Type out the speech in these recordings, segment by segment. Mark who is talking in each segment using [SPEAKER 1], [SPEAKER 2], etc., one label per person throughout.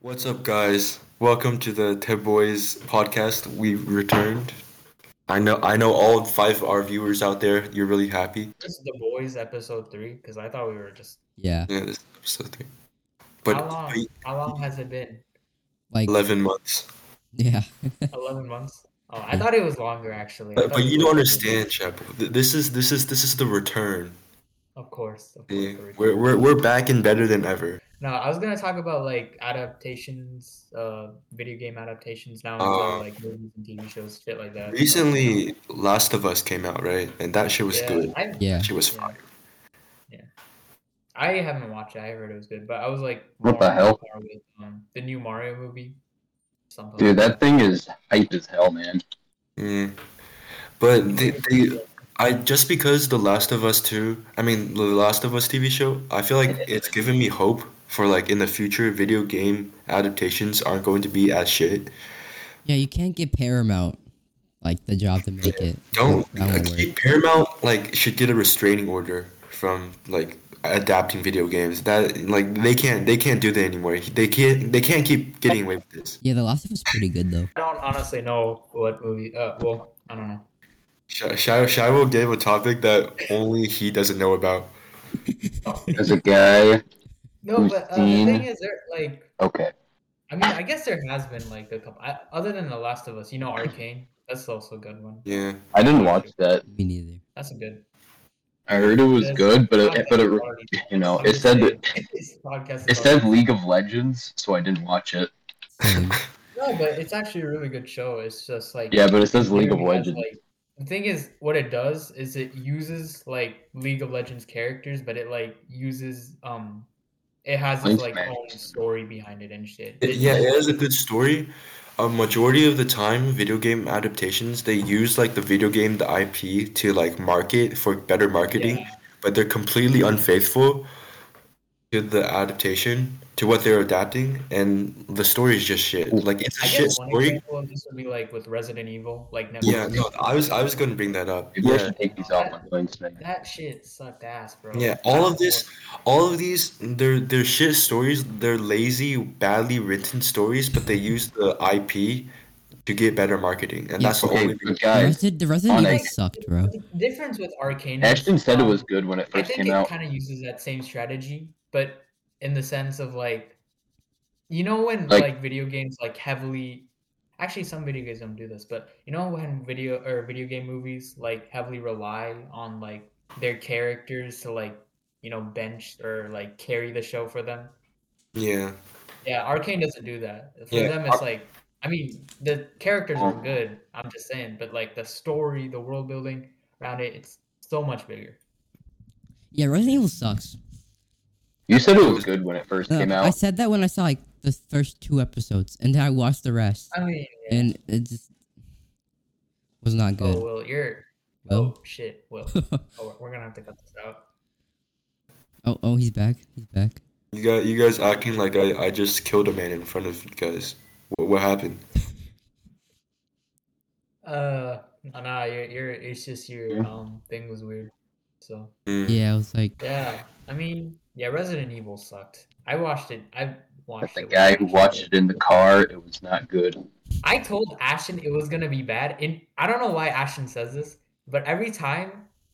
[SPEAKER 1] What's up, guys? Welcome to the Ted Boys podcast. We returned. I know, I know, all five of our viewers out there. You're really happy.
[SPEAKER 2] This is the boys episode three because I thought we were just.
[SPEAKER 3] Yeah,
[SPEAKER 1] Yeah, this is episode three. But
[SPEAKER 2] how long? How long has it been?
[SPEAKER 3] like
[SPEAKER 1] eleven months.
[SPEAKER 3] yeah,
[SPEAKER 2] Eleven months. Oh, I thought it was longer actually. I
[SPEAKER 1] But,
[SPEAKER 2] thought
[SPEAKER 1] but
[SPEAKER 2] it
[SPEAKER 1] you
[SPEAKER 2] was
[SPEAKER 1] don't
[SPEAKER 2] longer.
[SPEAKER 1] understand, Chapo. Th- This is this is this is the return.
[SPEAKER 2] Of course. Of course
[SPEAKER 1] Yeah,
[SPEAKER 2] the
[SPEAKER 1] We're we're we're back and better than ever.
[SPEAKER 2] No, I was gonna talk about like adaptations, uh, video game adaptations now,
[SPEAKER 1] Uh,
[SPEAKER 2] into, like movies and TV shows, shit like that.
[SPEAKER 1] Recently, Last of Us came out, right? And that shit was
[SPEAKER 2] yeah,
[SPEAKER 1] good.
[SPEAKER 2] I,
[SPEAKER 3] yeah.
[SPEAKER 1] That shit was
[SPEAKER 2] Yeah.
[SPEAKER 1] fire.
[SPEAKER 2] I haven't watched it. I heard it was good, but I was like,
[SPEAKER 4] What the
[SPEAKER 2] more
[SPEAKER 4] hell?
[SPEAKER 2] far with, um, the new Mario movie. Something
[SPEAKER 4] Dude,
[SPEAKER 2] like
[SPEAKER 4] that thing is hype as hell, man.
[SPEAKER 1] Mm. But they, they I just because The Last of Us 2, I mean The Last of Us TV show, I feel like it's given me hope for like in the future video game adaptations aren't going to be as shit.
[SPEAKER 3] Yeah, you can't get Paramount like the job to make it.
[SPEAKER 1] Don't
[SPEAKER 3] That won't
[SPEAKER 1] like,
[SPEAKER 3] work.
[SPEAKER 1] Paramount like should get a restraining order from like adapting video games. That like they can't they can't do that anymore. They can't they can't keep getting away with this.
[SPEAKER 3] Yeah, The Last of Us is pretty good though.
[SPEAKER 2] I don't honestly know what movie. Uh, well, I don't know.
[SPEAKER 1] Sh- Shai Shiloh gave a topic that only he doesn't know about.
[SPEAKER 4] As a guy,
[SPEAKER 2] No, but uh, the thing
[SPEAKER 4] Christine.
[SPEAKER 2] is, there like
[SPEAKER 4] okay.
[SPEAKER 2] I mean, I guess there has been like a couple I, other than The Last of Us. You know, Arcane. That's also a good one.
[SPEAKER 1] Yeah.
[SPEAKER 4] I didn't watch that.
[SPEAKER 3] Me neither.
[SPEAKER 2] That's a good.
[SPEAKER 4] I heard it was
[SPEAKER 2] There's
[SPEAKER 4] good, but it,
[SPEAKER 2] content
[SPEAKER 4] but it,
[SPEAKER 2] already-
[SPEAKER 4] you know,
[SPEAKER 2] I'm
[SPEAKER 4] it
[SPEAKER 2] just
[SPEAKER 4] said
[SPEAKER 2] saying,
[SPEAKER 4] that-
[SPEAKER 2] this podcast
[SPEAKER 4] it
[SPEAKER 2] is
[SPEAKER 4] said
[SPEAKER 2] all-
[SPEAKER 4] League of Legends, so I didn't watch it.
[SPEAKER 3] Same.
[SPEAKER 2] no, but it's actually a really good show. It's just like
[SPEAKER 4] Yeah, but it says League of
[SPEAKER 2] literally has,
[SPEAKER 4] Legends.
[SPEAKER 2] like- the thing is, what it does is it uses like League of Legends characters, but it like uses um, it has its
[SPEAKER 4] Thanks,
[SPEAKER 2] like
[SPEAKER 4] man.
[SPEAKER 2] own story behind it and shit.
[SPEAKER 1] It- yeah, it has a good story. A majority of the time, video game adaptations they use like the video game, the IP, to like market for better marketing, but they're completely unfaithful to the adaptation to what they're adapting, and the story is just shit. Like it's a
[SPEAKER 2] I
[SPEAKER 1] shit
[SPEAKER 2] guess one
[SPEAKER 1] story.
[SPEAKER 2] example of this would be like with Resident Evil, like Netflix.
[SPEAKER 1] Yeah, no, I was I was gonna bring that up.
[SPEAKER 4] Maybe I
[SPEAKER 1] Yeah,
[SPEAKER 4] should take these off on Wednesday.
[SPEAKER 2] That shit sucked ass, bro.
[SPEAKER 1] yeah. All of this, all of these, they're they're shit stories. They're lazy, badly written stories, but they use the IP to get better marketing, and
[SPEAKER 3] Yeah.
[SPEAKER 1] that's the
[SPEAKER 4] Okay,
[SPEAKER 1] only. thing.
[SPEAKER 4] but
[SPEAKER 3] The
[SPEAKER 4] guys,
[SPEAKER 3] Resident, the Resident
[SPEAKER 4] on
[SPEAKER 3] Evil
[SPEAKER 4] X-
[SPEAKER 3] sucked, bro.
[SPEAKER 2] The difference with Arcane. is,
[SPEAKER 4] Ashton said it
[SPEAKER 2] um,
[SPEAKER 4] was good when it
[SPEAKER 2] I
[SPEAKER 4] first
[SPEAKER 2] think
[SPEAKER 4] came
[SPEAKER 2] it
[SPEAKER 4] out.
[SPEAKER 2] kind of uses that same strategy, but in the sense of like, you know, when like,
[SPEAKER 4] Like-
[SPEAKER 2] video games like heavily, actually some video games don't do this, but you know when video or video game movies like heavily rely on like their characters to like you know bench or like carry the show for them.
[SPEAKER 1] Yeah.
[SPEAKER 2] Yeah, Arcane doesn't do that. For
[SPEAKER 1] Yeah,
[SPEAKER 2] them,
[SPEAKER 1] Ar-
[SPEAKER 2] it's like, I mean, the characters are
[SPEAKER 4] Oh.
[SPEAKER 2] good. I'm just saying, but like the story, the world building around it, it's so much bigger.
[SPEAKER 3] Yeah, Resident Evil sucks.
[SPEAKER 4] You said it was good when it first
[SPEAKER 3] No,
[SPEAKER 4] came
[SPEAKER 3] I
[SPEAKER 4] out.
[SPEAKER 3] said that when I saw like the first two episodes, and then I watched the rest,
[SPEAKER 2] I mean, Oh, yeah.
[SPEAKER 3] and it just was not
[SPEAKER 2] oh
[SPEAKER 3] good.
[SPEAKER 2] well, you're
[SPEAKER 3] Well,
[SPEAKER 2] oh shit, well, oh, we're gonna have to cut this out.
[SPEAKER 3] oh, oh, he's back. He's back.
[SPEAKER 1] You guys, you guys acting like I, I just killed a man in front of you guys. What, what happened?
[SPEAKER 2] Uh, nah, you're, you're it's just your
[SPEAKER 4] Yeah.
[SPEAKER 2] um thing was weird. So
[SPEAKER 1] Mm.
[SPEAKER 3] Yeah, I was like,
[SPEAKER 2] yeah, I mean, yeah, Resident Evil sucked. I watched it. I
[SPEAKER 4] But
[SPEAKER 2] watched
[SPEAKER 4] the
[SPEAKER 2] it. with
[SPEAKER 4] guy who
[SPEAKER 2] Ashton.
[SPEAKER 4] watched it in the car, it was not good.
[SPEAKER 2] I told Ashton it was gonna be bad, and I don't know why Ashton says this, but every time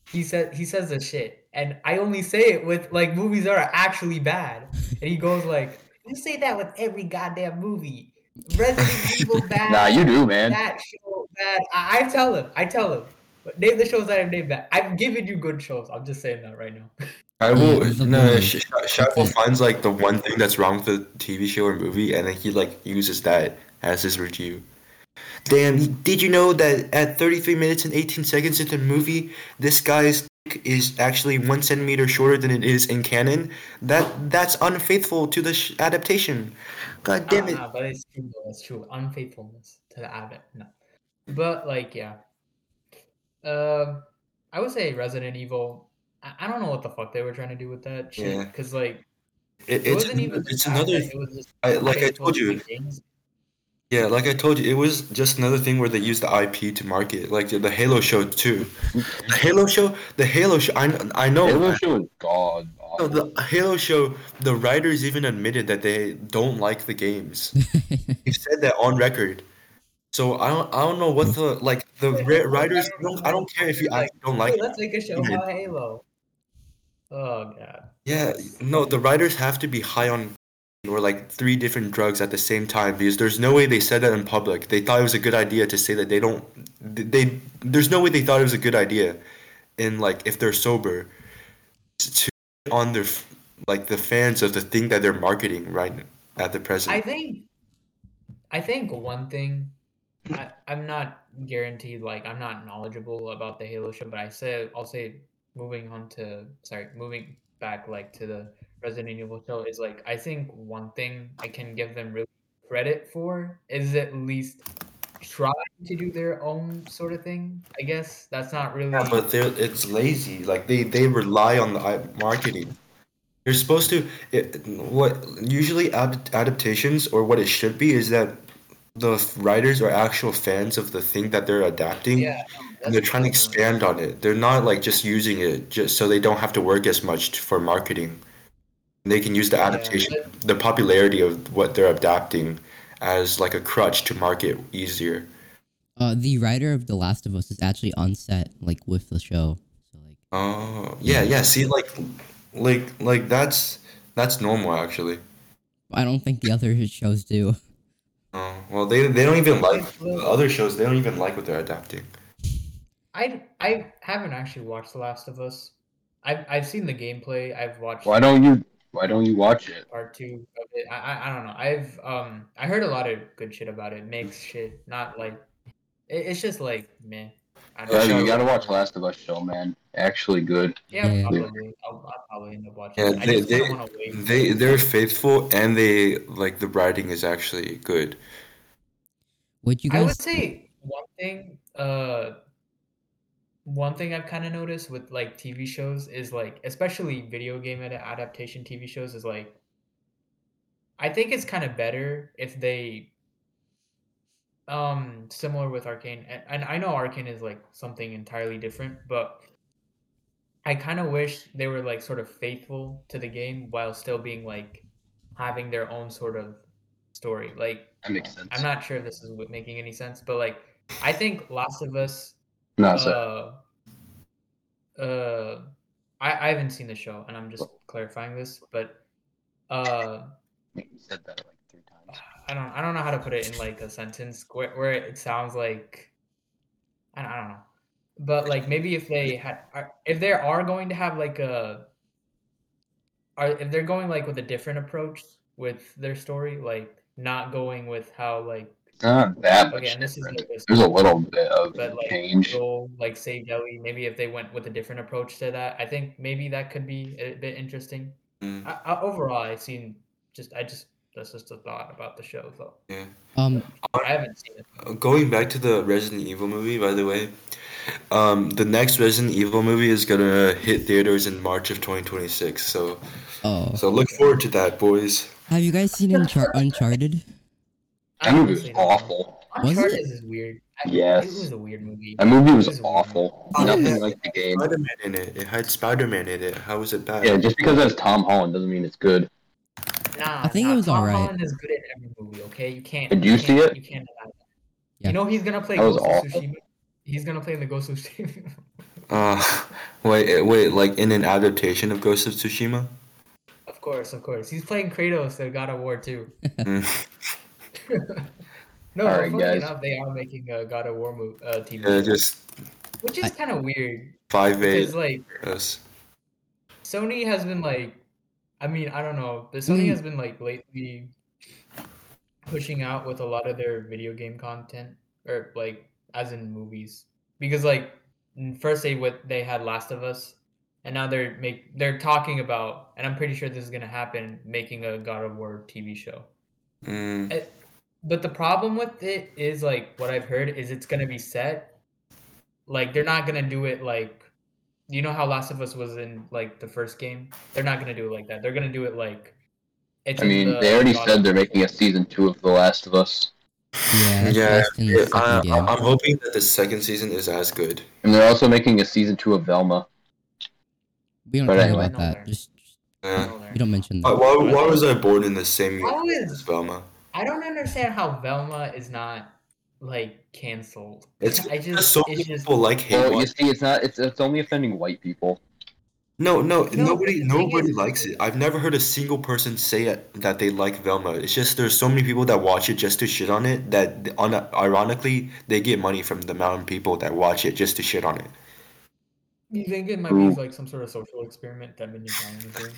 [SPEAKER 2] he says he says this shit, and I only say it with like movies that are actually bad, and he goes like, "You say that with every goddamn movie, Resident Evil bad,
[SPEAKER 4] Nah, you do, man.
[SPEAKER 2] that show bad." I, I tell him, I tell him, but name the shows that I've named that. I've given you good shows. I'm just saying that right now.
[SPEAKER 1] I will.
[SPEAKER 3] it's a
[SPEAKER 1] No,
[SPEAKER 3] movie.
[SPEAKER 1] Sh- Sh- Shackel finds like the one thing that's wrong with the TV show or movie, and then he like uses that as his review. Damn! Did you know that at 33 minutes and 18 seconds into the movie, this guy's dick is actually one centimeter shorter than it is in canon? That that's unfaithful to the sh- adaptation. God damn
[SPEAKER 2] Nah,
[SPEAKER 1] it!
[SPEAKER 2] nah, Ah, but it's true. though, It's true. Unfaithfulness to the abbot. No, but like yeah. Um, I would say Resident Evil. I, I don't know what the fuck they were trying to do with that shit.
[SPEAKER 1] Yeah.
[SPEAKER 2] Cause like
[SPEAKER 1] it
[SPEAKER 2] it
[SPEAKER 1] it's
[SPEAKER 2] wasn't even. the
[SPEAKER 1] it's
[SPEAKER 2] fact
[SPEAKER 1] another.
[SPEAKER 2] that It was just
[SPEAKER 1] I, like I
[SPEAKER 2] unfaithful
[SPEAKER 1] told
[SPEAKER 2] to
[SPEAKER 1] you,
[SPEAKER 2] the games.
[SPEAKER 1] Yeah, like I told you, it was just another thing where they used the IP to market, like the Halo show too. The Halo show, the Halo show. I I know
[SPEAKER 4] Halo show is god
[SPEAKER 1] No, the Halo show, the writers even admitted that they don't like the games. they said that on record. So I don't, I don't know what the like the ri- writers. Don't, I don't care if you actually don't like.
[SPEAKER 2] Hey,
[SPEAKER 1] it.
[SPEAKER 2] let's make a show about Halo. Oh god.
[SPEAKER 1] Yeah, no, the writers have to be high on or like three different drugs at the same time because there's no way they said that in public. They thought it was a good idea to say that they don't. They there's no way they thought it was a good idea, in like if they're sober, to to on their f- like the fans of the thing that they're marketing right at the present.
[SPEAKER 2] I think I think one thing I, I'm not guaranteed like I'm not knowledgeable about the Halo show, but I say I'll say moving on to sorry, moving back like to the Resident Evil show is like I think one thing I can give them really credit for is at least trying to do their own sort of thing. I guess that's not really
[SPEAKER 1] Yeah, but they're, it's lazy. Like they, they rely on the i- marketing. You're supposed to. It, what usually ad, adaptations or what it should be is that the f- writers are actual fans of the thing that they're adapting,
[SPEAKER 2] yeah,
[SPEAKER 1] and they're trying to expand on it. They're not like just using it just so they don't have to work as much t- for marketing. They can use the adaptation, the popularity of what they're adapting, as like a crutch to market easier.
[SPEAKER 3] Uh, the writer of The Last of Us is actually on set, like with the show. So like,
[SPEAKER 1] Oh yeah, yeah. See, like, like, like that's that's normal actually.
[SPEAKER 3] I don't think the other shows do.
[SPEAKER 1] Oh well, they they don't even like the other shows. They don't even like what they're adapting.
[SPEAKER 2] I I haven't actually watched The Last of Us. I've I've seen the gameplay. I've watched
[SPEAKER 4] Why don't you? Why don't you watch it?
[SPEAKER 2] part two of it. I, I I don't know. I've um I heard a lot of good shit about it. Mixed shit, not like it, it's just like meh. I
[SPEAKER 4] Brother,
[SPEAKER 1] Yeah,
[SPEAKER 4] you gotta watch Last of Us show, man. Actually, good.
[SPEAKER 2] Yeah,
[SPEAKER 3] Yeah.
[SPEAKER 2] probably. I'll, I'll probably end up watching.
[SPEAKER 1] Yeah,
[SPEAKER 2] it. I
[SPEAKER 1] they-
[SPEAKER 2] just
[SPEAKER 1] they-
[SPEAKER 2] kinda wanna wait.
[SPEAKER 1] They they're faithful and they like the writing is actually good.
[SPEAKER 3] Would you
[SPEAKER 2] I
[SPEAKER 3] guys?
[SPEAKER 2] would say one thing. Uh, one thing I've kind of noticed with like TV shows is like, especially video game ad- adaptation TV shows, is like, I think it's kind of better if they, um, similar with Arcane, and, and I know Arcane is like something entirely different, but I kind of wish they were like sort of faithful to the game while still being like having their own sort of story, like.
[SPEAKER 4] That makes sense.
[SPEAKER 2] I'm not sure if this is w- making any sense, but like I think Last of Us.
[SPEAKER 4] No, it's not.
[SPEAKER 2] Uh, uh, I I haven't seen the show, and I'm just clarifying this, but uh,
[SPEAKER 4] you said that like three times.
[SPEAKER 2] I don't I don't know how to put it in like a sentence where where it sounds like I don't, I don't know, but like maybe if they had are- if there are going to have like a are if they're going like with a different approach with their story, like not going with how like
[SPEAKER 4] It's Not that much
[SPEAKER 2] Okay, and this is
[SPEAKER 4] different.
[SPEAKER 2] like this,
[SPEAKER 4] There's a little bit of
[SPEAKER 2] but like
[SPEAKER 4] change.
[SPEAKER 2] Joel, like save Ellie. Maybe if they went with a different approach to that, I think maybe that could be a bit interesting.
[SPEAKER 1] Mm,
[SPEAKER 2] I, I, overall, I've seen just I just that's just a thought about the show though.
[SPEAKER 1] yeah.
[SPEAKER 3] Um,
[SPEAKER 2] I haven't seen it.
[SPEAKER 1] Uh, Going back to the Resident Evil movie, by the way, um, the next Resident Evil movie is gonna hit theaters in March of 2026. So
[SPEAKER 3] oh,
[SPEAKER 1] so look forward to that, boys.
[SPEAKER 3] have you guys seen Unchar- Uncharted?
[SPEAKER 2] I
[SPEAKER 4] That movie was
[SPEAKER 2] honestly don't know.
[SPEAKER 4] awful.
[SPEAKER 3] Was it?
[SPEAKER 2] Uncharted is weird. I,
[SPEAKER 4] Yes.
[SPEAKER 2] it was a weird movie.
[SPEAKER 4] That movie was
[SPEAKER 2] It was
[SPEAKER 4] awful.
[SPEAKER 1] weird.
[SPEAKER 4] Nothing like the game.
[SPEAKER 1] Spider Man in it. It had Spider Man in it. How was it bad?
[SPEAKER 4] Yeah, just because that's Tom Holland doesn't mean it's good.
[SPEAKER 2] Nah,
[SPEAKER 3] I think it
[SPEAKER 2] nah,
[SPEAKER 3] was
[SPEAKER 2] Tom
[SPEAKER 3] alright.
[SPEAKER 2] Holland is good at every movie. Okay, you can't.
[SPEAKER 4] Did you see
[SPEAKER 2] can't-
[SPEAKER 4] it?
[SPEAKER 2] You can't deny that.
[SPEAKER 3] Yeah.
[SPEAKER 2] You know he's gonna play
[SPEAKER 4] That was
[SPEAKER 2] Ghost of
[SPEAKER 4] awful.
[SPEAKER 2] Tsushima. He's gonna play in the Ghost of Tsushima.
[SPEAKER 1] Uh, wait, eh, wait, like in an adaptation of Ghost of Tsushima?
[SPEAKER 2] of course, of course. He's playing Kratos in God of War too.
[SPEAKER 1] Mm.
[SPEAKER 2] No,
[SPEAKER 4] All
[SPEAKER 2] but
[SPEAKER 4] right,
[SPEAKER 2] funny
[SPEAKER 4] guys.
[SPEAKER 2] enough, they are making a God of War mo- uh, TV,
[SPEAKER 1] Yeah,
[SPEAKER 2] show,
[SPEAKER 1] just
[SPEAKER 2] which is kind of weird
[SPEAKER 1] five eight.
[SPEAKER 2] because like
[SPEAKER 1] Yes.
[SPEAKER 2] Sony has been like, I mean, I don't know, but Sony
[SPEAKER 3] mean-
[SPEAKER 2] has been like lately pushing out with a lot of their video game content or like as in movies because like n- first they what they had Last of Us and now they're make they're talking about and I'm pretty sure this is gonna happen making a God of War TV show.
[SPEAKER 1] Mm,
[SPEAKER 2] But the problem with it is like what I've heard is it's gonna be set. Like they're not gonna do it like you know how Last of Us was in like the first game? They're not gonna do it like that. They're gonna do it like it's
[SPEAKER 4] I
[SPEAKER 2] in
[SPEAKER 4] mean,
[SPEAKER 2] the
[SPEAKER 4] they already
[SPEAKER 2] uh, God
[SPEAKER 4] said
[SPEAKER 2] of
[SPEAKER 4] they're
[SPEAKER 2] War.
[SPEAKER 4] making a season two of The Last of Us,
[SPEAKER 3] Yeah, that's
[SPEAKER 1] Yeah,
[SPEAKER 3] based in the second
[SPEAKER 1] I,
[SPEAKER 3] game.
[SPEAKER 1] I'm hoping that the second season is as good.
[SPEAKER 4] and they're also making a season two of Velma.
[SPEAKER 3] we don't
[SPEAKER 4] but Oh.
[SPEAKER 3] care
[SPEAKER 4] anyway.
[SPEAKER 3] about
[SPEAKER 2] No,
[SPEAKER 3] that.
[SPEAKER 2] there.
[SPEAKER 3] Just, just
[SPEAKER 1] Yeah.
[SPEAKER 2] Miller.
[SPEAKER 3] You don't mention
[SPEAKER 1] Uh, Why,
[SPEAKER 3] that.
[SPEAKER 1] why, why was I born in the same year
[SPEAKER 2] How
[SPEAKER 1] as
[SPEAKER 2] is
[SPEAKER 1] Velma?
[SPEAKER 2] I don't understand how Velma is not like canceled.
[SPEAKER 1] It's
[SPEAKER 2] I just
[SPEAKER 1] so many
[SPEAKER 2] it's just
[SPEAKER 1] people like hate.
[SPEAKER 4] Well,
[SPEAKER 1] Velma.
[SPEAKER 4] you see, it's not. It's it's only offending white people.
[SPEAKER 1] No, no,
[SPEAKER 2] No,
[SPEAKER 1] nobody,
[SPEAKER 2] but the thing
[SPEAKER 1] nobody
[SPEAKER 2] is-
[SPEAKER 1] likes it. I've never heard a single person say it, that they like Velma. It's just there's so many people that watch it just to shit on it that, th- on, ironically, they get money from the amount of people that watch it just to shit on it.
[SPEAKER 2] you think it might be
[SPEAKER 4] Ooh.
[SPEAKER 2] like some sort of social experiment that Mindy Kaling is doing.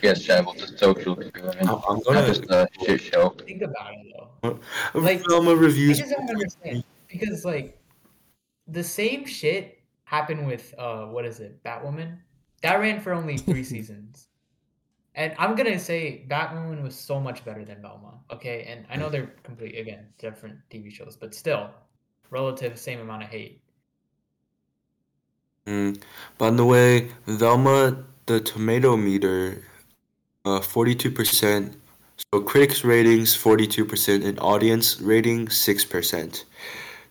[SPEAKER 4] Yes, Chad, it's a social experiment,
[SPEAKER 1] I'm, I'm
[SPEAKER 4] not
[SPEAKER 1] gonna
[SPEAKER 4] just a shit show.
[SPEAKER 2] Think about it though. like,
[SPEAKER 1] Velma
[SPEAKER 2] I
[SPEAKER 1] reviews.
[SPEAKER 2] just don't understand because like the same shit happened with uh what is it Batwoman that ran for only three seasons, and I'm gonna say Batwoman was so much better than Velma. Okay, and I know they're complete again different TV shows, but still relative same amount of hate.
[SPEAKER 1] Mm. By the way, Velma, the tomato meter, uh, 42%. So critics' ratings, 42%, and audience rating, 6%.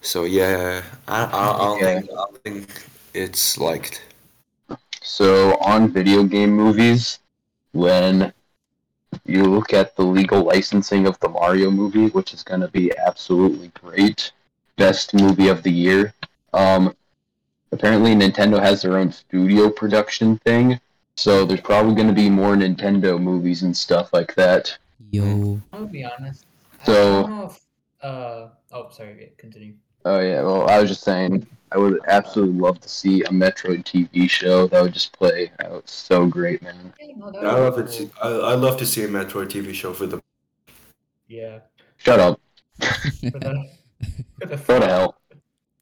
[SPEAKER 1] So yeah, I, I, I, don't,
[SPEAKER 4] Yeah.
[SPEAKER 1] think, I don't think it's liked.
[SPEAKER 4] So on video game movies, when you look at the legal licensing of the Mario movie, which is going to be absolutely great, best movie of the year. Um, apparently, Nintendo has their own studio production thing, so there's probably going to be more Nintendo movies and stuff like that.
[SPEAKER 3] Yo,
[SPEAKER 2] I'm gonna be honest. I
[SPEAKER 4] So-
[SPEAKER 2] don't know if uh oh sorry yeah, continue.
[SPEAKER 4] Oh yeah, well, I was just saying, I would absolutely love to see a Metroid TV show that would just play out so great, man.
[SPEAKER 2] Yeah, no,
[SPEAKER 1] I
[SPEAKER 2] that was
[SPEAKER 1] love to
[SPEAKER 2] cool.
[SPEAKER 1] see, I, I love to see a Metroid TV show for the.
[SPEAKER 2] Yeah.
[SPEAKER 4] Shut up,
[SPEAKER 2] For the, for the
[SPEAKER 4] go to hell.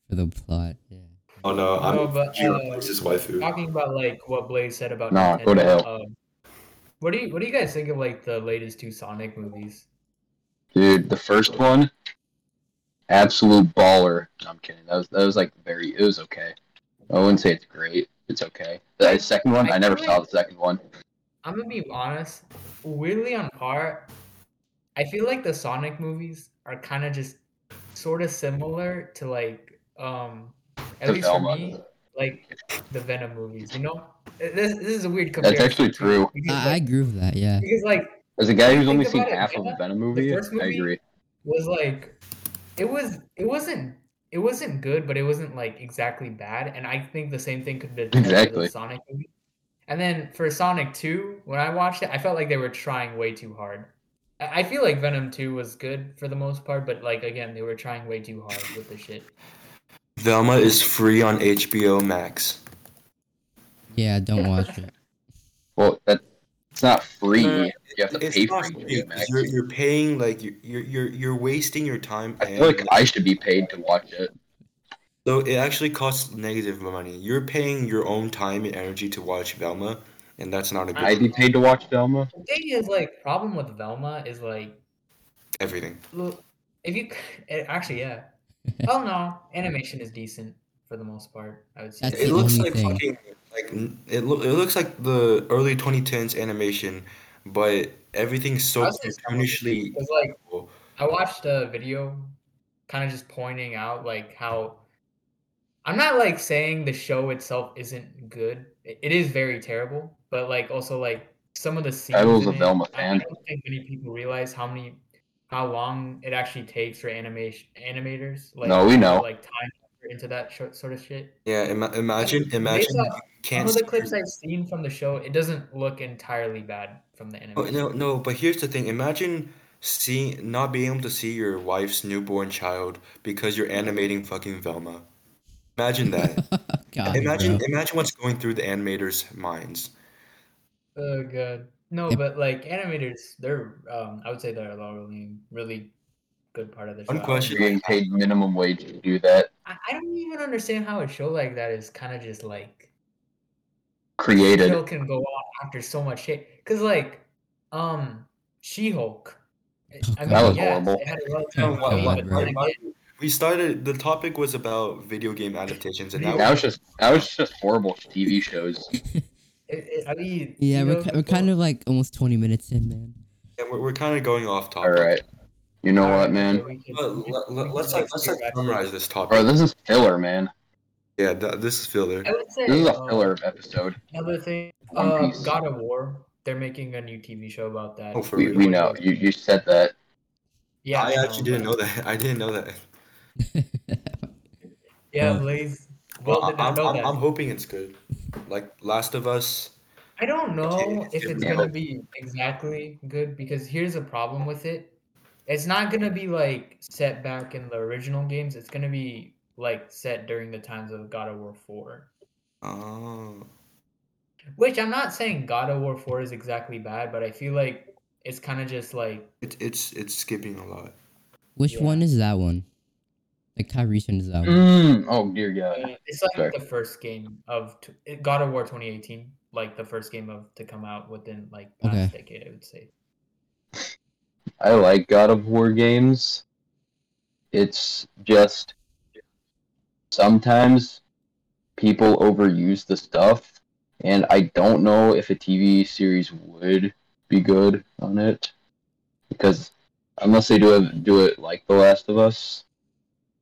[SPEAKER 3] for the plot. Yeah.
[SPEAKER 1] Oh no, I'm
[SPEAKER 2] No, but,
[SPEAKER 1] Jiro
[SPEAKER 2] uh,
[SPEAKER 1] Blaze's waifu.
[SPEAKER 2] talking about like what Blaze said about
[SPEAKER 4] Nah, go to
[SPEAKER 2] Nintendo,
[SPEAKER 4] hell.
[SPEAKER 2] Um, what do you what do you guys think of like the latest two Sonic movies?
[SPEAKER 4] Dude, the first one, absolute baller. No, I'm kidding. That was that was like very. It was okay. I wouldn't say it's great. It's okay. The second one, I never saw the second one.
[SPEAKER 2] I'm gonna be honest, weirdly on par. I feel like the Sonic movies are kind of just sort of similar to like um at
[SPEAKER 4] To
[SPEAKER 2] least
[SPEAKER 4] Velma.
[SPEAKER 2] for me like the Venom movies. You know, this this is a weird
[SPEAKER 4] That's
[SPEAKER 2] comparison.
[SPEAKER 4] actually
[SPEAKER 2] too,
[SPEAKER 4] true.
[SPEAKER 2] Because,
[SPEAKER 3] I, I
[SPEAKER 2] like,
[SPEAKER 3] agree with that. Yeah.
[SPEAKER 2] because like
[SPEAKER 4] As a guy who's only
[SPEAKER 2] Think
[SPEAKER 4] seen
[SPEAKER 2] about it,
[SPEAKER 4] half of the
[SPEAKER 2] Venom-
[SPEAKER 4] Venom movie,
[SPEAKER 2] first
[SPEAKER 4] I
[SPEAKER 2] movie-
[SPEAKER 4] agree.
[SPEAKER 2] was like it was it wasn't it wasn't good, but it wasn't like exactly bad. And I think the same thing could be said for
[SPEAKER 4] Exactly.
[SPEAKER 2] the Sonic movie. And then for Sonic Two, when I watched it, I felt like they were trying way too hard. I I feel like Venom Two was good for the most part, but like again, they were trying way too hard with the shit.
[SPEAKER 1] Velma is free on HBO Max.
[SPEAKER 3] Yeah, don't watch it.
[SPEAKER 4] Well, that it's not free.
[SPEAKER 1] No,
[SPEAKER 4] You have to
[SPEAKER 1] It's
[SPEAKER 4] pay for
[SPEAKER 1] not
[SPEAKER 4] it.
[SPEAKER 1] free.
[SPEAKER 4] Max.
[SPEAKER 1] You're, you're paying like you're you're you're wasting your time.
[SPEAKER 4] I feel like
[SPEAKER 1] and-
[SPEAKER 4] I should be paid to watch it.
[SPEAKER 1] So it actually costs negative money. You're paying your own time and energy to watch Velma, and that's not a good
[SPEAKER 4] I'd be paid to watch Velma.
[SPEAKER 2] The thing is, like, problem with Velma is like
[SPEAKER 1] everything.
[SPEAKER 2] Well, if you eh, actually, yeah. Well, no, animation is decent for the most part. I would say.
[SPEAKER 3] That's
[SPEAKER 1] It
[SPEAKER 3] the
[SPEAKER 1] looks
[SPEAKER 3] only
[SPEAKER 1] like
[SPEAKER 3] thing.
[SPEAKER 1] fucking like n- it. Lo- it looks like the early 2010s animation, but everything's so
[SPEAKER 2] That's just-
[SPEAKER 1] cartoonishly.
[SPEAKER 2] Because like
[SPEAKER 1] evil.
[SPEAKER 2] I watched a video, kind of just pointing out like how. I'm not like saying the show itself isn't good. It, it is very terrible, but like also like some of the scenes.
[SPEAKER 4] I was
[SPEAKER 2] in
[SPEAKER 4] a
[SPEAKER 2] it,
[SPEAKER 4] Velma
[SPEAKER 2] I- I
[SPEAKER 4] fan.
[SPEAKER 2] don't think many people realize how many, how long it actually takes for animation animators. Like,
[SPEAKER 4] No, we
[SPEAKER 2] to,
[SPEAKER 4] know.
[SPEAKER 2] Like time into that sho- sort of shit.
[SPEAKER 1] Yeah, ima- imagine, imagine
[SPEAKER 2] off
[SPEAKER 1] you can't.
[SPEAKER 2] Some of the
[SPEAKER 1] see-
[SPEAKER 2] clips I've seen from the show, it doesn't look entirely bad from the
[SPEAKER 1] Oh,
[SPEAKER 2] animation.
[SPEAKER 1] no, no, but here's the thing. Imagine seeing not being able to see your wife's newborn child because you're animating fucking Velma. Imagine that.
[SPEAKER 3] God,
[SPEAKER 1] Imagine,
[SPEAKER 3] bro.
[SPEAKER 1] imagine what's going through the animators' minds.
[SPEAKER 2] Oh god. No,
[SPEAKER 3] Yep.
[SPEAKER 2] but like animators, they're um, I would say they're a really, really good part of the show.
[SPEAKER 1] One question.
[SPEAKER 4] You're getting paid minimum wage to do that.
[SPEAKER 2] I, I don't even understand how a show like that is kind of just like
[SPEAKER 4] Created.
[SPEAKER 2] still can go on after so much shit. Cause like, um, She-Hulk. eh,
[SPEAKER 3] Oh,
[SPEAKER 2] I mean,
[SPEAKER 3] God. That
[SPEAKER 4] was
[SPEAKER 2] yes,
[SPEAKER 4] horrible.
[SPEAKER 2] it had a relative
[SPEAKER 1] No,
[SPEAKER 3] Oh,
[SPEAKER 1] why-
[SPEAKER 2] value,
[SPEAKER 1] why-
[SPEAKER 2] but
[SPEAKER 3] bro.
[SPEAKER 2] then
[SPEAKER 1] why-
[SPEAKER 2] again,
[SPEAKER 1] We started. The topic was about video game adaptations, and
[SPEAKER 4] That
[SPEAKER 1] now
[SPEAKER 4] was just that was just horrible TV shows.
[SPEAKER 2] it- it- I mean,
[SPEAKER 3] Yeah,
[SPEAKER 2] you
[SPEAKER 3] we're,
[SPEAKER 2] know,
[SPEAKER 3] ki- we're kind of like almost 20 minutes in, man.
[SPEAKER 1] and we're, we're kind of going off topic.
[SPEAKER 4] All right, you know
[SPEAKER 2] alright,
[SPEAKER 4] what,
[SPEAKER 2] so
[SPEAKER 4] man?
[SPEAKER 2] we can-
[SPEAKER 1] But
[SPEAKER 2] we can-
[SPEAKER 1] let,
[SPEAKER 2] we
[SPEAKER 1] let,
[SPEAKER 2] can,
[SPEAKER 1] let's like, let's
[SPEAKER 2] get
[SPEAKER 1] like
[SPEAKER 2] back to it.
[SPEAKER 1] summarize this topic.
[SPEAKER 4] Bro, this is filler, man.
[SPEAKER 1] yeah, th- this is filler.
[SPEAKER 2] I would say
[SPEAKER 4] This is a
[SPEAKER 2] uh,
[SPEAKER 4] filler episode.
[SPEAKER 2] another thing.
[SPEAKER 4] One
[SPEAKER 2] Uh,
[SPEAKER 4] Piece.
[SPEAKER 2] God of War. They're making a new TV show about that.
[SPEAKER 1] Oh, for
[SPEAKER 4] We,
[SPEAKER 1] real?
[SPEAKER 4] we know. You, you said that.
[SPEAKER 2] yeah,
[SPEAKER 1] I
[SPEAKER 2] know,
[SPEAKER 1] actually didn't
[SPEAKER 2] but-
[SPEAKER 1] know that. I didn't know that.
[SPEAKER 2] Yeah,
[SPEAKER 3] Huh.
[SPEAKER 2] Blaze. Well,
[SPEAKER 1] Well, I'm,
[SPEAKER 2] did not
[SPEAKER 1] I'm,
[SPEAKER 2] know that.
[SPEAKER 1] I'm, I'm hoping it's good. Like Last of Us.
[SPEAKER 2] I don't know
[SPEAKER 1] it's
[SPEAKER 2] if it's
[SPEAKER 1] different.
[SPEAKER 2] gonna be exactly good because here's a problem with it. It's not gonna be like set back in the original games. It's gonna be like set during the times of God of War 4.
[SPEAKER 1] Oh.
[SPEAKER 2] Which I'm not saying God of War 4 is exactly bad, but I feel like it's kind of just like
[SPEAKER 1] It, it's it's skipping a lot.
[SPEAKER 3] Which
[SPEAKER 2] Yeah.
[SPEAKER 3] one is that one? Like how recent is that one?
[SPEAKER 4] Mm, oh dear God.
[SPEAKER 2] uh, it's like
[SPEAKER 4] Sorry.
[SPEAKER 2] the first game of t- it- God of War 2018, like the first game of to come out within like past decade, I would say.
[SPEAKER 4] I like God of War games. It's just sometimes people overuse the stuff, and I don't know if a TV series would be good on it because unless they do it, do it like The Last of Us,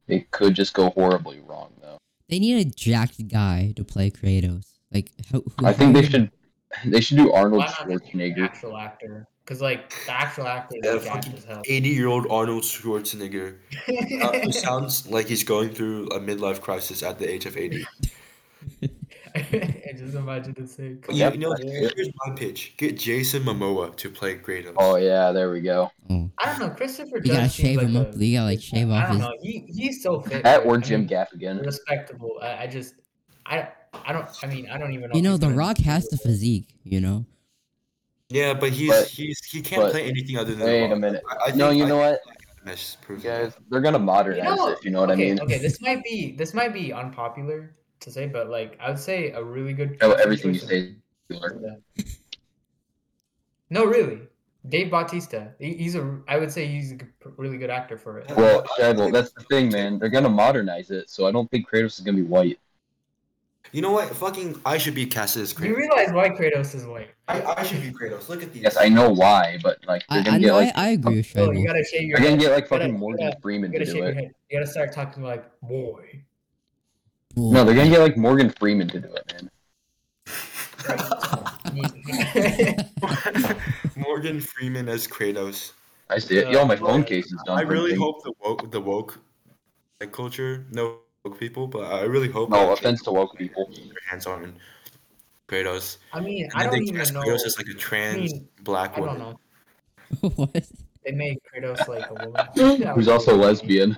[SPEAKER 4] it could just go horribly wrong though.
[SPEAKER 3] They need a jacked guy to play Kratos. Like how, who,
[SPEAKER 4] I think
[SPEAKER 3] how
[SPEAKER 4] they should they should do Arnold
[SPEAKER 2] Why not just the
[SPEAKER 4] Schwarzenegger.
[SPEAKER 2] actual actor? Because like the actual actor
[SPEAKER 1] Yeah,
[SPEAKER 2] is jacked
[SPEAKER 1] fucking
[SPEAKER 2] as hell.
[SPEAKER 1] 80 year old Arnold Schwarzenegger. Uh, who sounds like he's going through a midlife crisis at the age of 80.
[SPEAKER 2] I just imagine it's sick.
[SPEAKER 1] But you, you know, here's my pitch get Jason Momoa to play Kratos.
[SPEAKER 4] Oh yeah, there we go.
[SPEAKER 3] Oh,
[SPEAKER 2] I don't know. Christopher
[SPEAKER 3] you gotta
[SPEAKER 2] Judge seems
[SPEAKER 3] shave
[SPEAKER 2] like
[SPEAKER 3] him
[SPEAKER 2] a-
[SPEAKER 3] up. You gotta like shave
[SPEAKER 2] I
[SPEAKER 3] off
[SPEAKER 2] don't
[SPEAKER 3] his.
[SPEAKER 2] know. He he's so fit.
[SPEAKER 4] That
[SPEAKER 2] bro.
[SPEAKER 4] or
[SPEAKER 2] I
[SPEAKER 4] Jim
[SPEAKER 2] mean,
[SPEAKER 4] Gaffigan.
[SPEAKER 2] Respectable. I, I just I I don't. I mean I don't even. know.
[SPEAKER 3] You
[SPEAKER 2] if
[SPEAKER 3] know,
[SPEAKER 2] he's
[SPEAKER 3] The
[SPEAKER 2] gonna
[SPEAKER 3] Rock
[SPEAKER 2] be
[SPEAKER 3] has the
[SPEAKER 2] capable.
[SPEAKER 3] physique. You know,
[SPEAKER 1] Yeah, but he's
[SPEAKER 4] But-
[SPEAKER 1] he's he can't
[SPEAKER 4] but-
[SPEAKER 1] play anything other than.
[SPEAKER 4] Wait a
[SPEAKER 1] Rock.
[SPEAKER 4] minute.
[SPEAKER 1] I, I
[SPEAKER 4] No,
[SPEAKER 1] think-
[SPEAKER 4] you
[SPEAKER 1] I
[SPEAKER 4] know what?
[SPEAKER 1] think Mesh proved
[SPEAKER 4] guys,
[SPEAKER 1] that.
[SPEAKER 4] they're gonna modernize
[SPEAKER 2] You know-
[SPEAKER 4] it. You know what
[SPEAKER 2] okay,
[SPEAKER 4] I mean?
[SPEAKER 2] okay. This might be this might be unpopular to say, but like I would say a really good.
[SPEAKER 4] No,
[SPEAKER 2] choice-
[SPEAKER 4] Oh, everything you
[SPEAKER 2] choice
[SPEAKER 4] say. is
[SPEAKER 2] of-
[SPEAKER 4] popular.
[SPEAKER 2] Yeah. No, really, Dave Bautista. He, he's a. I would say he's a g- really good actor for it.
[SPEAKER 4] Well, Shaggle, that's the thing, man. They're gonna modernize it, so I don't think Kratos is gonna be white.
[SPEAKER 1] You know what? Fucking, I should be casted as
[SPEAKER 2] You
[SPEAKER 1] Kratos.
[SPEAKER 2] realize why Kratos is white?
[SPEAKER 1] I, I should be Kratos. Look at these.
[SPEAKER 4] Yes, I know why, but like they're
[SPEAKER 3] I, I
[SPEAKER 4] gonna get
[SPEAKER 3] know.
[SPEAKER 4] like
[SPEAKER 3] I, I agree with
[SPEAKER 2] So oh, you
[SPEAKER 3] Shaggy.
[SPEAKER 2] gotta shave your.
[SPEAKER 4] they're gonna
[SPEAKER 2] Head.
[SPEAKER 4] get like
[SPEAKER 2] gotta-
[SPEAKER 4] fucking Morgan
[SPEAKER 2] gotta-
[SPEAKER 4] Freeman
[SPEAKER 2] You
[SPEAKER 4] to
[SPEAKER 2] gotta shave
[SPEAKER 4] do
[SPEAKER 2] your
[SPEAKER 4] it.
[SPEAKER 2] head. You gotta start talking like boy.
[SPEAKER 4] No, they're gonna get like Morgan Freeman to do it, man.
[SPEAKER 1] Morgan Freeman as Kratos.
[SPEAKER 4] I see it.
[SPEAKER 2] Uh,
[SPEAKER 4] Yo, my
[SPEAKER 2] well,
[SPEAKER 4] phone case is done.
[SPEAKER 1] I really
[SPEAKER 4] printing.
[SPEAKER 1] hope the woke, the woke, like culture, no woke people, but I really hope.
[SPEAKER 4] No
[SPEAKER 1] that
[SPEAKER 4] offense to woke people.
[SPEAKER 1] Their hands on Kratos.
[SPEAKER 2] I mean,
[SPEAKER 1] And
[SPEAKER 2] I
[SPEAKER 1] then
[SPEAKER 2] don't
[SPEAKER 1] they
[SPEAKER 2] even
[SPEAKER 1] cast
[SPEAKER 2] know.
[SPEAKER 1] Kratos as like a trans
[SPEAKER 2] mean,
[SPEAKER 1] black
[SPEAKER 2] I don't
[SPEAKER 1] woman.
[SPEAKER 2] know.
[SPEAKER 3] what?
[SPEAKER 2] They made Kratos like a woman. That would
[SPEAKER 4] Who's
[SPEAKER 2] be
[SPEAKER 4] also
[SPEAKER 2] amazing.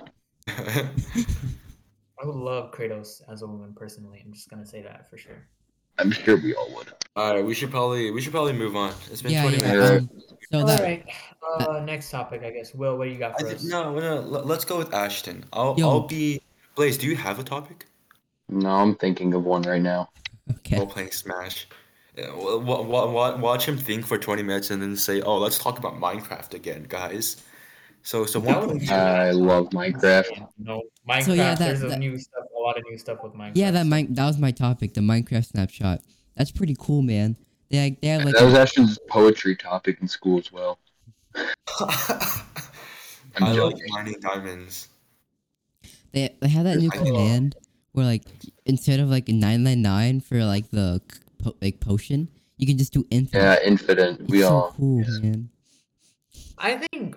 [SPEAKER 4] lesbian?
[SPEAKER 2] I would love Kratos as a woman personally. I'm just gonna say that for sure.
[SPEAKER 4] I'm sure we all would.
[SPEAKER 1] All right, we should probably we should probably move on. It's been
[SPEAKER 3] Yeah,
[SPEAKER 1] 20
[SPEAKER 3] yeah.
[SPEAKER 1] minutes.
[SPEAKER 3] Um, so
[SPEAKER 2] All
[SPEAKER 3] that
[SPEAKER 2] right. Uh, next topic, I guess. Will, what do you got
[SPEAKER 1] I
[SPEAKER 2] for
[SPEAKER 1] th-
[SPEAKER 2] us?
[SPEAKER 1] no, no, l- let's go with Ashton. I'll
[SPEAKER 3] Yo.
[SPEAKER 1] I'll be Blaze. Do you have a topic?
[SPEAKER 4] No, I'm thinking of one right now.
[SPEAKER 3] okay.
[SPEAKER 1] While playing Smash, Yeah, wa- wa- wa- wa- watch him think for 20 minutes and then say, "Oh, let's talk about Minecraft again, guys." So so
[SPEAKER 2] That
[SPEAKER 1] one
[SPEAKER 2] would be-
[SPEAKER 4] I love Minecraft.
[SPEAKER 2] No, Minecraft.
[SPEAKER 3] So, yeah, that-
[SPEAKER 2] there's a
[SPEAKER 3] that-
[SPEAKER 2] new stuff. A lot of new stuff with Minecraft.
[SPEAKER 3] Yeah, that mine that was my topic. The Minecraft snapshot. That's pretty cool, man. They like, they have like
[SPEAKER 4] That was Ashton's poetry topic in school as well. I'm
[SPEAKER 1] I like
[SPEAKER 4] joking.
[SPEAKER 1] mining diamonds.
[SPEAKER 3] they they have that new
[SPEAKER 1] I know.
[SPEAKER 3] command where like instead of like nine nine nine for like the c- po- like potion, you can just do infinite.
[SPEAKER 4] Yeah, infinite.
[SPEAKER 3] it's
[SPEAKER 4] We
[SPEAKER 3] so
[SPEAKER 4] all.
[SPEAKER 3] cool, man.
[SPEAKER 2] I think.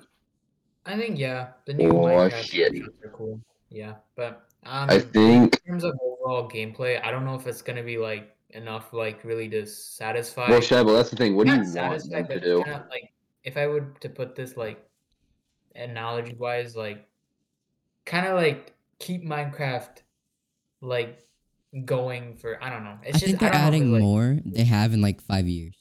[SPEAKER 2] I think yeah. The new
[SPEAKER 4] Oh,
[SPEAKER 2] Minecraft
[SPEAKER 4] shit.
[SPEAKER 2] snapshots are cool. Yeah, but um,
[SPEAKER 4] I think.
[SPEAKER 2] in terms of overall gameplay, I don't know if it's gonna be like enough, like really to satisfy.
[SPEAKER 4] Well, Shabba, that's the thing. What do
[SPEAKER 2] not
[SPEAKER 4] you want
[SPEAKER 2] satisfy,
[SPEAKER 4] them to
[SPEAKER 2] but
[SPEAKER 4] do?
[SPEAKER 2] kinda, like, if I would to put this like analogy wise, like kind of like keep Minecraft like going for I don't know. It's
[SPEAKER 3] I
[SPEAKER 2] just
[SPEAKER 3] think they're
[SPEAKER 2] I don't know if
[SPEAKER 3] adding
[SPEAKER 2] it's, like-
[SPEAKER 3] more. They have in like five years,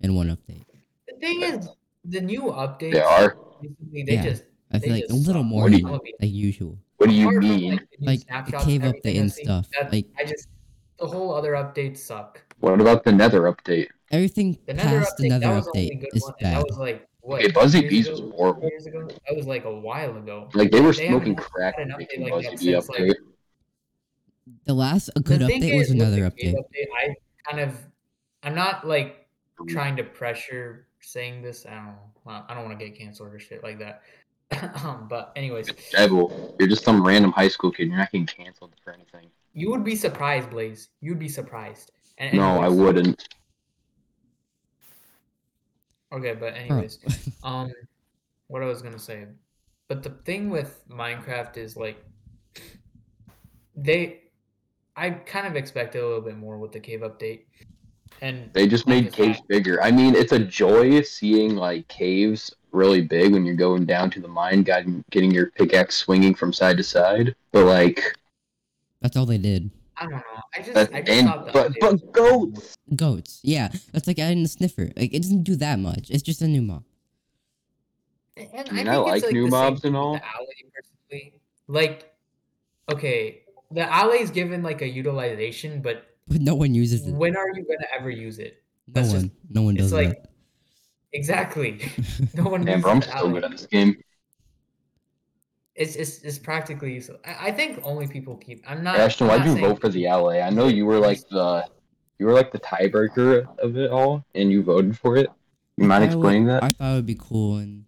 [SPEAKER 3] in one update.
[SPEAKER 2] The thing is, the new updates
[SPEAKER 4] They are.
[SPEAKER 2] recently, they
[SPEAKER 3] Yeah.
[SPEAKER 2] just
[SPEAKER 3] I
[SPEAKER 2] They
[SPEAKER 3] feel like a
[SPEAKER 2] just
[SPEAKER 3] little
[SPEAKER 2] suck.
[SPEAKER 3] more
[SPEAKER 4] What do
[SPEAKER 3] than
[SPEAKER 4] you-
[SPEAKER 3] like usual.
[SPEAKER 4] What do you
[SPEAKER 2] apart from,
[SPEAKER 4] mean?
[SPEAKER 2] the new
[SPEAKER 3] Like the
[SPEAKER 2] snapshots
[SPEAKER 3] cave
[SPEAKER 2] and everything
[SPEAKER 3] update
[SPEAKER 2] I've
[SPEAKER 3] and
[SPEAKER 2] seen,
[SPEAKER 3] stuff.
[SPEAKER 2] that-
[SPEAKER 3] Like
[SPEAKER 2] I just the whole other updates suck.
[SPEAKER 4] What about the Nether update?
[SPEAKER 3] everything
[SPEAKER 2] The nether
[SPEAKER 3] past
[SPEAKER 2] update,
[SPEAKER 3] another
[SPEAKER 2] that was the only
[SPEAKER 3] update
[SPEAKER 2] good
[SPEAKER 3] is
[SPEAKER 2] one, and
[SPEAKER 3] bad.
[SPEAKER 2] that was like what?
[SPEAKER 4] Okay, Buzzy
[SPEAKER 2] two
[SPEAKER 4] Bees
[SPEAKER 2] years
[SPEAKER 4] was
[SPEAKER 2] ago?
[SPEAKER 4] horrible.
[SPEAKER 2] Years ago? That was like a while ago.
[SPEAKER 4] Like they were
[SPEAKER 2] They
[SPEAKER 4] smoking
[SPEAKER 2] haven't
[SPEAKER 4] crack
[SPEAKER 2] had an
[SPEAKER 4] and
[SPEAKER 2] update
[SPEAKER 4] making
[SPEAKER 2] like
[SPEAKER 4] Buzzy
[SPEAKER 2] that
[SPEAKER 4] Bee
[SPEAKER 2] since, like,
[SPEAKER 4] update.
[SPEAKER 3] The last a good
[SPEAKER 2] the thing
[SPEAKER 3] update
[SPEAKER 2] is,
[SPEAKER 3] was
[SPEAKER 2] with
[SPEAKER 3] another
[SPEAKER 2] the cave
[SPEAKER 3] update.
[SPEAKER 2] update. I kind of, I'm not like trying to pressure saying this. I don't know. Well, I don't want to get canceled or shit like that. Um, but anyways,
[SPEAKER 4] Devil, you're just some random high school kid. You're not getting canceled for anything.
[SPEAKER 2] you would be surprised, Blaze. You'd be surprised. And
[SPEAKER 4] No, I
[SPEAKER 2] anyways,
[SPEAKER 4] wouldn't.
[SPEAKER 2] Okay, but
[SPEAKER 3] Bro.
[SPEAKER 2] anyways, um, what I was gonna say, but the thing with Minecraft is like, they, I kind of expected a little bit more with the cave update, and
[SPEAKER 4] They just
[SPEAKER 2] Like
[SPEAKER 4] made
[SPEAKER 2] it's
[SPEAKER 4] caves
[SPEAKER 2] not-
[SPEAKER 4] bigger. I mean, it's a joy seeing like caves really big when you're going down to the mine, getting getting your pickaxe swinging from side to side. But like,
[SPEAKER 3] That's all they did.
[SPEAKER 2] I don't know. I just,
[SPEAKER 4] that,
[SPEAKER 2] I just
[SPEAKER 4] and
[SPEAKER 2] thought the
[SPEAKER 4] but
[SPEAKER 2] update was
[SPEAKER 4] but
[SPEAKER 2] a little more-
[SPEAKER 4] goats.
[SPEAKER 3] Goats. Yeah, that's like adding a sniffer. Like it doesn't do that much. It's just a new mob.
[SPEAKER 2] And
[SPEAKER 4] I mean,
[SPEAKER 2] I,
[SPEAKER 4] I
[SPEAKER 2] think
[SPEAKER 4] like
[SPEAKER 2] it's, like the same
[SPEAKER 4] new mobs
[SPEAKER 2] thing
[SPEAKER 4] and
[SPEAKER 2] with
[SPEAKER 4] all.
[SPEAKER 2] The alley, personally, like, okay, the alley's given like a utilization, but
[SPEAKER 3] But no one uses it.
[SPEAKER 2] when are you gonna ever use it?
[SPEAKER 3] No
[SPEAKER 2] that's
[SPEAKER 3] one.
[SPEAKER 2] just-
[SPEAKER 3] no one
[SPEAKER 2] It's
[SPEAKER 3] does
[SPEAKER 2] like
[SPEAKER 3] that.
[SPEAKER 2] exactly. no one.
[SPEAKER 4] Damn,
[SPEAKER 2] uses
[SPEAKER 4] bro, I'm
[SPEAKER 2] the
[SPEAKER 4] so
[SPEAKER 2] alley.
[SPEAKER 4] good at this game.
[SPEAKER 2] It's it's, it's practically useless. I, I think only people keep. I'm
[SPEAKER 3] Uh,
[SPEAKER 2] not.
[SPEAKER 4] Ashton,
[SPEAKER 2] I'm
[SPEAKER 4] why'd
[SPEAKER 2] not
[SPEAKER 4] you
[SPEAKER 2] saying-
[SPEAKER 4] vote for the LA? I know you were like the you were like the tiebreaker of it all, and you voted for it. You mind
[SPEAKER 3] I would-
[SPEAKER 4] explaining that?
[SPEAKER 3] I thought it would be cool, and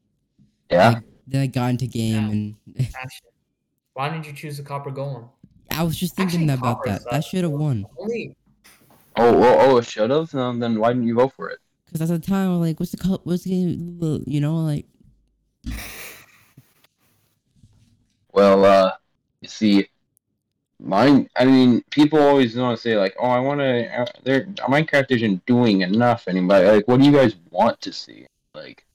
[SPEAKER 4] yeah.
[SPEAKER 3] like, then I got into
[SPEAKER 2] Yeah.
[SPEAKER 3] game, and
[SPEAKER 2] Ashton? Why didn't you choose the copper golem?
[SPEAKER 3] I was just
[SPEAKER 2] Actually,
[SPEAKER 3] thinking about
[SPEAKER 2] Copper's
[SPEAKER 3] that.
[SPEAKER 2] not
[SPEAKER 3] That should have won.
[SPEAKER 2] Only
[SPEAKER 4] Oh, oh, oh, it should have. Um, then why didn't you vote for it?
[SPEAKER 3] Because at the time, I was like, what's the color? What's the game? You know, like,
[SPEAKER 4] Well, uh, you see, mine. I mean, people always want to say like, "Oh, I want to." Uh, there- Minecraft isn't doing enough anymore. Like, what do you guys want to see? Like,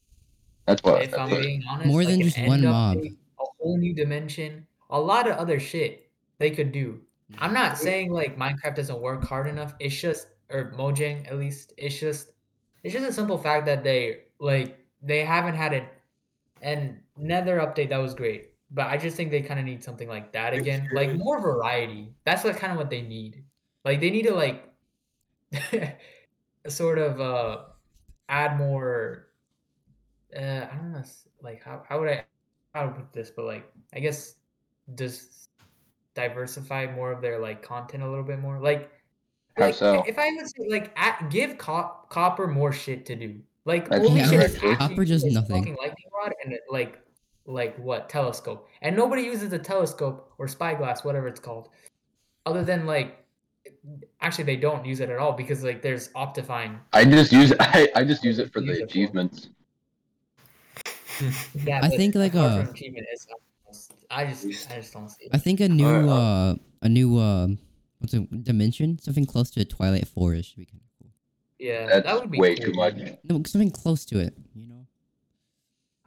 [SPEAKER 4] that's what.
[SPEAKER 2] if I'm
[SPEAKER 4] that's-
[SPEAKER 2] being honest,
[SPEAKER 3] More
[SPEAKER 2] like
[SPEAKER 3] than
[SPEAKER 2] an
[SPEAKER 3] just
[SPEAKER 2] end
[SPEAKER 3] one
[SPEAKER 2] update,
[SPEAKER 3] mob.
[SPEAKER 2] a whole new dimension, a lot of other shit they could do. I'm not saying like Minecraft doesn't work hard enough. It's just or Mojang at least. It's just it's just a simple fact that they like they haven't had it. And Nether update that was great, but I just think they kind of need something like that
[SPEAKER 1] It
[SPEAKER 2] again,
[SPEAKER 1] sure
[SPEAKER 2] like
[SPEAKER 1] is.
[SPEAKER 2] more variety. That's what kind of what they need. Like they need to like sort of uh add more uh i don't know s- like how, how would i how would I put this but like i guess just diversify more of their like content a little bit more like
[SPEAKER 4] How
[SPEAKER 2] like,
[SPEAKER 4] so?
[SPEAKER 2] if i would say like at, give cop, copper more shit to do like
[SPEAKER 4] That's
[SPEAKER 2] only
[SPEAKER 3] Yeah,
[SPEAKER 2] shit is
[SPEAKER 4] correct, dude.
[SPEAKER 2] actually
[SPEAKER 3] Copper does
[SPEAKER 2] cool is
[SPEAKER 3] nothing.
[SPEAKER 2] fucking lightning rod and like like what telescope and nobody uses a telescope or spyglass whatever it's called other than like actually they don't use it at all because like there's optifine
[SPEAKER 4] I just use I, I just use it for the
[SPEAKER 2] Beautiful.
[SPEAKER 4] achievements.
[SPEAKER 2] Yeah,
[SPEAKER 3] I
[SPEAKER 2] but
[SPEAKER 3] think, like,
[SPEAKER 2] apart
[SPEAKER 3] uh,
[SPEAKER 2] from achievement is I just I just don't see.
[SPEAKER 3] I
[SPEAKER 2] It.
[SPEAKER 3] think a new,
[SPEAKER 1] Alright,
[SPEAKER 3] uh, a new, uh, what's it, dimension? Something close to a Twilight Forest should be kind of cool.
[SPEAKER 2] Yeah,
[SPEAKER 4] That's
[SPEAKER 2] that would be
[SPEAKER 4] way
[SPEAKER 2] cool.
[SPEAKER 4] too much.
[SPEAKER 3] No, something close to it, you know?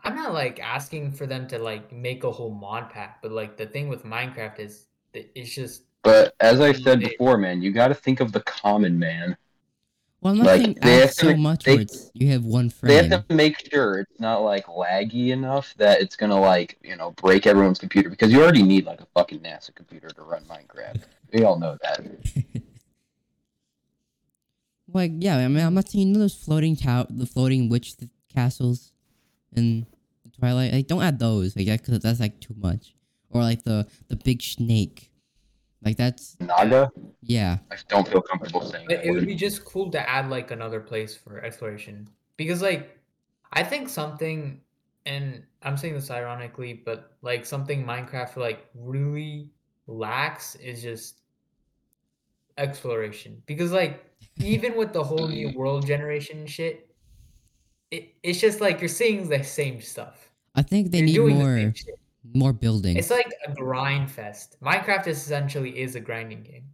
[SPEAKER 2] I'm not like asking for them to like make a whole mod pack, but like the thing with Minecraft is that it's just
[SPEAKER 4] But as I said
[SPEAKER 2] They-
[SPEAKER 4] before, man, you got to think of the common man.
[SPEAKER 3] Well, I'm not
[SPEAKER 4] Like,
[SPEAKER 3] saying
[SPEAKER 4] they
[SPEAKER 3] add
[SPEAKER 4] have to
[SPEAKER 3] so
[SPEAKER 4] make-
[SPEAKER 3] much
[SPEAKER 4] they-
[SPEAKER 3] where it's, you have one
[SPEAKER 4] They
[SPEAKER 3] frame.
[SPEAKER 4] have to make sure it's not like laggy enough that it's gonna like you know break everyone's computer because you already need like a fucking NASA computer to run Minecraft. We all know that.
[SPEAKER 3] Like, yeah, I mean, I'm not saying you know those floating tower, the floating witch th- castles in Twilight. Like, don't add those. Like, that, cause that's like too much. Or like the the big snake. Like that's
[SPEAKER 4] Naga.
[SPEAKER 3] yeah.
[SPEAKER 4] I don't feel comfortable saying
[SPEAKER 2] it,
[SPEAKER 4] that
[SPEAKER 2] it would
[SPEAKER 4] word.
[SPEAKER 2] be just cool to add like another place for exploration because like I think something and I'm saying this ironically, but like something Minecraft like really lacks is just exploration because like even with the whole new world generation shit, it, it's just like you're seeing the same stuff.
[SPEAKER 3] I think they
[SPEAKER 2] you're
[SPEAKER 3] need
[SPEAKER 2] doing the
[SPEAKER 3] more
[SPEAKER 2] same shit.
[SPEAKER 3] more building.
[SPEAKER 2] It's like a grind fest. Minecraft is essentially is a grinding game.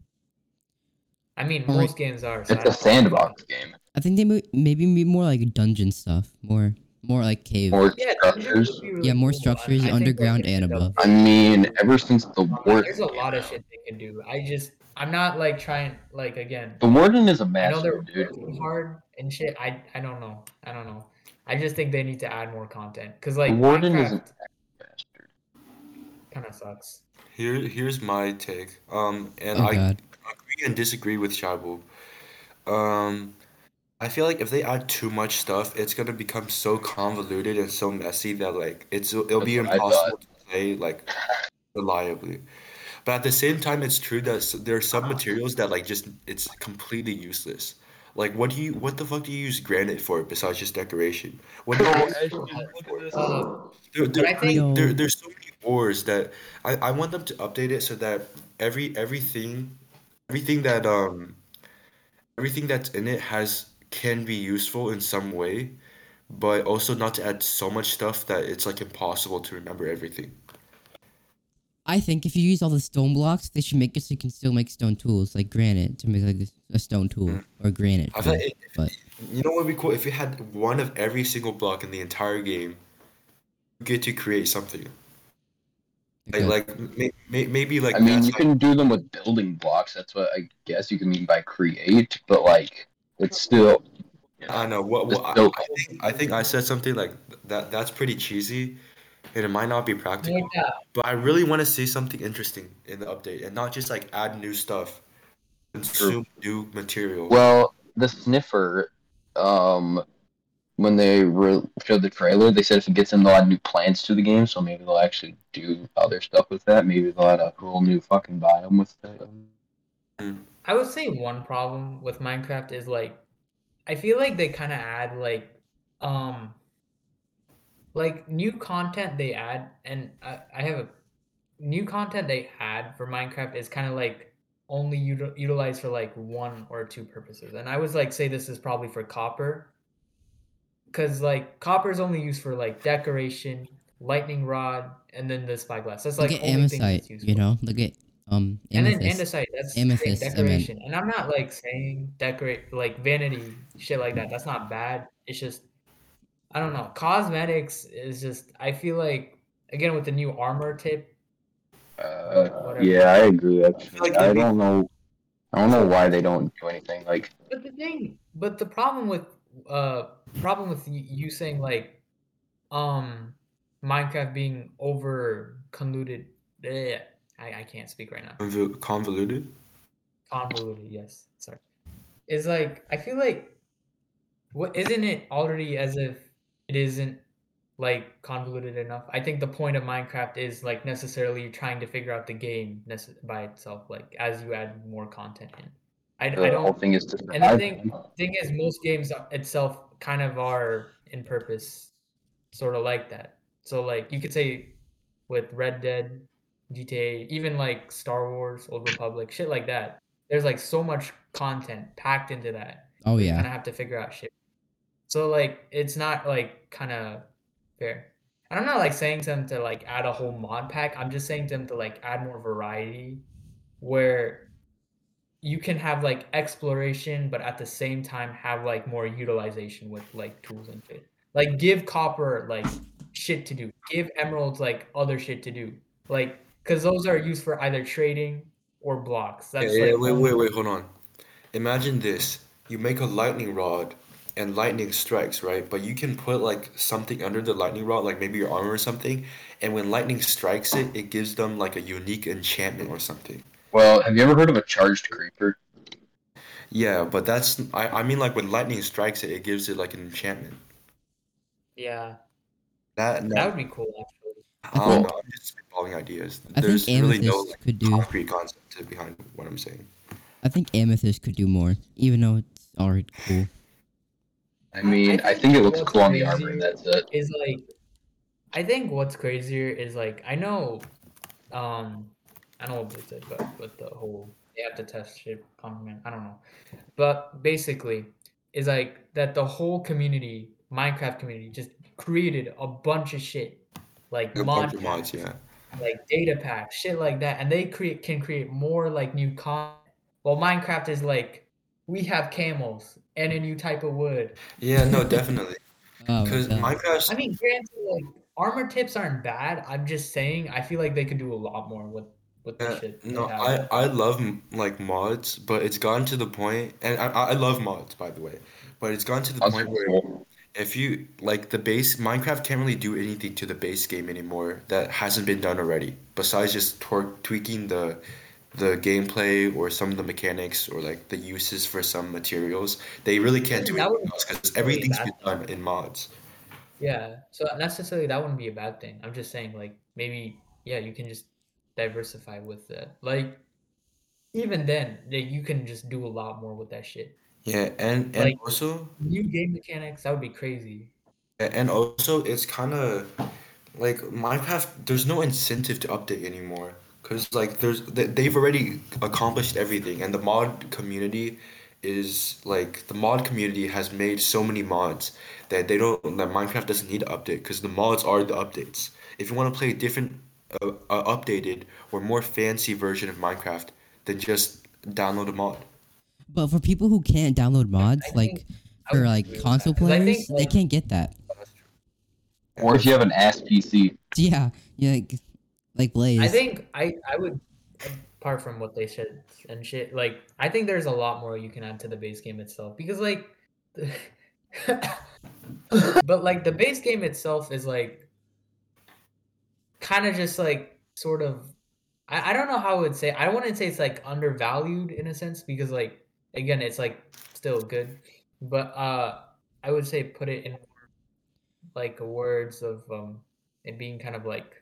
[SPEAKER 2] I mean,
[SPEAKER 3] Alright.
[SPEAKER 2] most games are. so I
[SPEAKER 4] It's
[SPEAKER 2] don't
[SPEAKER 4] a
[SPEAKER 2] know.
[SPEAKER 4] sandbox game
[SPEAKER 3] I think they mo- maybe need more like dungeon stuff. More more like cave.
[SPEAKER 4] or
[SPEAKER 2] Yeah,
[SPEAKER 4] structures.
[SPEAKER 2] dungeons would be really
[SPEAKER 3] Yeah, more
[SPEAKER 2] cool, and
[SPEAKER 3] structures,
[SPEAKER 2] I think
[SPEAKER 3] underground
[SPEAKER 2] they could
[SPEAKER 3] and
[SPEAKER 2] develop
[SPEAKER 3] above.
[SPEAKER 4] I mean, ever since the
[SPEAKER 2] on it.
[SPEAKER 4] warden,
[SPEAKER 2] There's a
[SPEAKER 4] came
[SPEAKER 2] lot of
[SPEAKER 4] out-
[SPEAKER 2] shit they can do. I just, I'm not like trying, like again.
[SPEAKER 4] The warden is a
[SPEAKER 2] I know
[SPEAKER 4] master,
[SPEAKER 2] they're
[SPEAKER 4] dude.
[SPEAKER 2] working hard and shit. I, I don't know. I don't know. I just think they need to add more content because
[SPEAKER 4] The
[SPEAKER 2] like
[SPEAKER 4] warden is a
[SPEAKER 2] Minecraft
[SPEAKER 4] bastard.
[SPEAKER 2] kind of sucks.
[SPEAKER 1] Here, here's my take. Um, and
[SPEAKER 3] oh
[SPEAKER 1] I
[SPEAKER 3] god.
[SPEAKER 1] agree and disagree with Shabu. Um, I feel like if they add too much stuff, it's gonna become so convoluted and so messy that like it's it'll be
[SPEAKER 4] That's what I thought.
[SPEAKER 1] impossible to play like reliably. But at the same time, it's true that s- there are some materials that like just it's completely useless. Like what do you what the fuck do you use granite for besides just decoration? What do you
[SPEAKER 5] Oh,
[SPEAKER 1] use
[SPEAKER 5] Ashton,
[SPEAKER 1] granite
[SPEAKER 5] look
[SPEAKER 1] for?
[SPEAKER 5] at this.
[SPEAKER 2] Uh,
[SPEAKER 1] There, there,
[SPEAKER 2] I
[SPEAKER 1] I mean,
[SPEAKER 3] think-
[SPEAKER 1] there, there's so many ores that I, I want them to update it so that every everything everything that um everything that's in it has can be useful in some way, but also not to add so much stuff that it's like impossible to remember everything.
[SPEAKER 3] I think if you use all the stone blocks, they should make it so you can still make stone tools, like granite, to make like this- a stone tool or granite.
[SPEAKER 1] Mm. I feel
[SPEAKER 3] but-
[SPEAKER 1] like-
[SPEAKER 3] but
[SPEAKER 1] You know what would be cool if you had one of every single block in the entire game. You get to create something like
[SPEAKER 3] okay.
[SPEAKER 1] like may, may, maybe like
[SPEAKER 4] I mean,
[SPEAKER 1] that's
[SPEAKER 4] you
[SPEAKER 1] how-
[SPEAKER 4] can do them with building blocks. That's what I guess you can mean by create, but like it's still
[SPEAKER 1] I know what,
[SPEAKER 4] Just
[SPEAKER 1] what I,
[SPEAKER 4] build.
[SPEAKER 1] I think. I think I said something like that. That's pretty cheesy, and it might not be practical.
[SPEAKER 2] Yeah.
[SPEAKER 1] But I really want to see something interesting in the update, and not just like add new stuff, consume new material.
[SPEAKER 4] well the sniffer. Um, when they re- showed the trailer, they said if it gets in, they'll add new plants to the game. So maybe they'll actually do other stuff with that. Maybe they'll add a whole new fucking biome with it.
[SPEAKER 2] I would say one problem with Minecraft is like I feel like they kind of add like um like new content they add and I, I have a new content they add for Minecraft is kind of like only util- utilized for like one or two purposes. And I was like say this is probably for copper cuz like copper is only used for like decoration, lightning rod and then the spyglass. That's like
[SPEAKER 3] look at
[SPEAKER 2] only thing that's
[SPEAKER 3] amosite,
[SPEAKER 2] used
[SPEAKER 3] you
[SPEAKER 2] for.
[SPEAKER 3] know. Look at um
[SPEAKER 2] And
[SPEAKER 3] amethyst.
[SPEAKER 2] then andesite, that's
[SPEAKER 3] Amethyst, I
[SPEAKER 2] great
[SPEAKER 3] meant.
[SPEAKER 2] decoration. And I'm not like saying decorate like vanity shit like that. That's not bad. It's just I don't know. Cosmetics is just I feel like again with the new armor tip.
[SPEAKER 4] Uh,
[SPEAKER 2] Whatever.
[SPEAKER 4] yeah, I agree. Actually,
[SPEAKER 1] like
[SPEAKER 4] I
[SPEAKER 1] they'd be-
[SPEAKER 4] don't know. I don't know why they don't do anything. Like,
[SPEAKER 2] But the thing, but the problem with uh problem with y- you saying like um Minecraft being over convoluted. bleh, I I can't speak right now.
[SPEAKER 1] Conv- convoluted.
[SPEAKER 2] convoluted yes sorry is like i feel like what isn't it already as if it isn't like convoluted enough i think the point of minecraft is like necessarily trying to figure out the game nece- by itself like as you add more content in i, I
[SPEAKER 4] the whole
[SPEAKER 2] don't
[SPEAKER 4] thing is to
[SPEAKER 2] the
[SPEAKER 4] survive
[SPEAKER 2] thing-
[SPEAKER 4] them.
[SPEAKER 2] thing is most games are- itself kind of are in purpose sort of like that so like you could say with red dead gta even like star wars old republic shit like that there's like so much content packed into that
[SPEAKER 3] oh
[SPEAKER 2] kind
[SPEAKER 3] yeah,
[SPEAKER 2] of have to figure out shit so like it's not like kind of fair and i'm not like saying to them to like add a whole mod pack i'm just saying to them to like add more variety where you can have like exploration, but at the same time have like more utilization with like tools and shit. Like give copper like shit to do. Give emeralds like other shit to do. Like because those are used for either trading or blocks. That's
[SPEAKER 1] Yeah, yeah,
[SPEAKER 2] like
[SPEAKER 1] wait,
[SPEAKER 2] only-
[SPEAKER 1] wait, wait, hold on. Imagine this. You make a lightning rod and lightning strikes, right? But you can put like something under the lightning rod, like maybe your armor or something, and when lightning strikes it, it gives them like a unique enchantment or something.
[SPEAKER 4] Well, have you ever heard of a charged creeper?
[SPEAKER 1] Yeah, but that's I, I mean like when lightning strikes it, it gives it like an enchantment.
[SPEAKER 2] yeah,
[SPEAKER 1] That, no,
[SPEAKER 2] that would be cool actually.
[SPEAKER 1] I don't know, I'm just spitballing ideas.
[SPEAKER 3] I
[SPEAKER 1] There's
[SPEAKER 3] think
[SPEAKER 1] really
[SPEAKER 3] amethyst
[SPEAKER 1] no Oh. like,
[SPEAKER 3] could do.
[SPEAKER 1] concrete concept to- behind what I'm saying.
[SPEAKER 3] I think amethyst could do more, even though it's already cool.
[SPEAKER 4] I mean, I, think it looks
[SPEAKER 2] what's
[SPEAKER 4] cool on the
[SPEAKER 2] crazy-
[SPEAKER 4] armor, and that's it.
[SPEAKER 2] is like I think what's crazier is like I know um I don't know what they said but with the whole they have to test shit comment I don't know. But basically is like that the whole community, Minecraft community, just created a bunch of shit. Like
[SPEAKER 1] A
[SPEAKER 2] mod
[SPEAKER 1] bunch of mods, yeah.
[SPEAKER 2] like data packs, shit like that, and they create can create more like new content. Well, Minecraft is like we have camels and a new type of wood.
[SPEAKER 1] Yeah, no, definitely.
[SPEAKER 3] Oh,
[SPEAKER 1] Because
[SPEAKER 3] God.
[SPEAKER 1] Minecraft's
[SPEAKER 2] I mean, granted, like armor tips aren't bad. I'm just saying, I feel like they could do a lot more with with the
[SPEAKER 1] Uh,
[SPEAKER 2] shit. they
[SPEAKER 1] no,
[SPEAKER 2] have.
[SPEAKER 1] I, I love m- like mods, but it's gotten to the point, and I, I I love mods by the way, but it's gotten to the point where if you like the base Minecraft can't really do anything to the base game anymore that hasn't been done already. Besides just tor- tweaking the the gameplay or some of the mechanics or like the uses for some materials, they really can't do
[SPEAKER 2] That
[SPEAKER 1] anything
[SPEAKER 2] would-
[SPEAKER 1] else because everything's
[SPEAKER 2] that-
[SPEAKER 1] been done in mods.
[SPEAKER 2] yeah. So not necessarily that wouldn't be a bad thing. I'm just saying, like maybe yeah, you can just diversify with it. Like even then, like, you can just do a lot more with that shit.
[SPEAKER 1] Yeah, and and
[SPEAKER 2] Like-
[SPEAKER 1] also.
[SPEAKER 2] New game mechanics that would be crazy.
[SPEAKER 1] A- And also, it's kind of like Minecraft. There's no incentive to update anymore because like there's they- they've already accomplished everything, and the mod community is like the mod community has made so many mods that they don't that Minecraft doesn't need to update because the mods are the updates. If you want to play a different, uh, uh, updated or more fancy version of Minecraft, then just download a mod.
[SPEAKER 3] But for people who can't download mods,
[SPEAKER 2] think
[SPEAKER 3] like
[SPEAKER 2] I
[SPEAKER 3] for
[SPEAKER 2] would
[SPEAKER 3] like
[SPEAKER 2] agree with
[SPEAKER 3] console
[SPEAKER 2] that, 'cause I
[SPEAKER 3] players,
[SPEAKER 2] think,
[SPEAKER 3] they
[SPEAKER 2] like-
[SPEAKER 3] can't get that.
[SPEAKER 4] Or if you have an ass PC,
[SPEAKER 3] Yeah, yeah, like, like Blaze.
[SPEAKER 2] I think I, I would apart from what they said and shit, like I think there's a lot more you can add to the base game itself because like but like the base game itself is like kind of just like sort of I, I don't know how I would say I wouldn't say it's like undervalued in a sense because like again it's like still good. But uh I would say put it in like words of um it being kind of like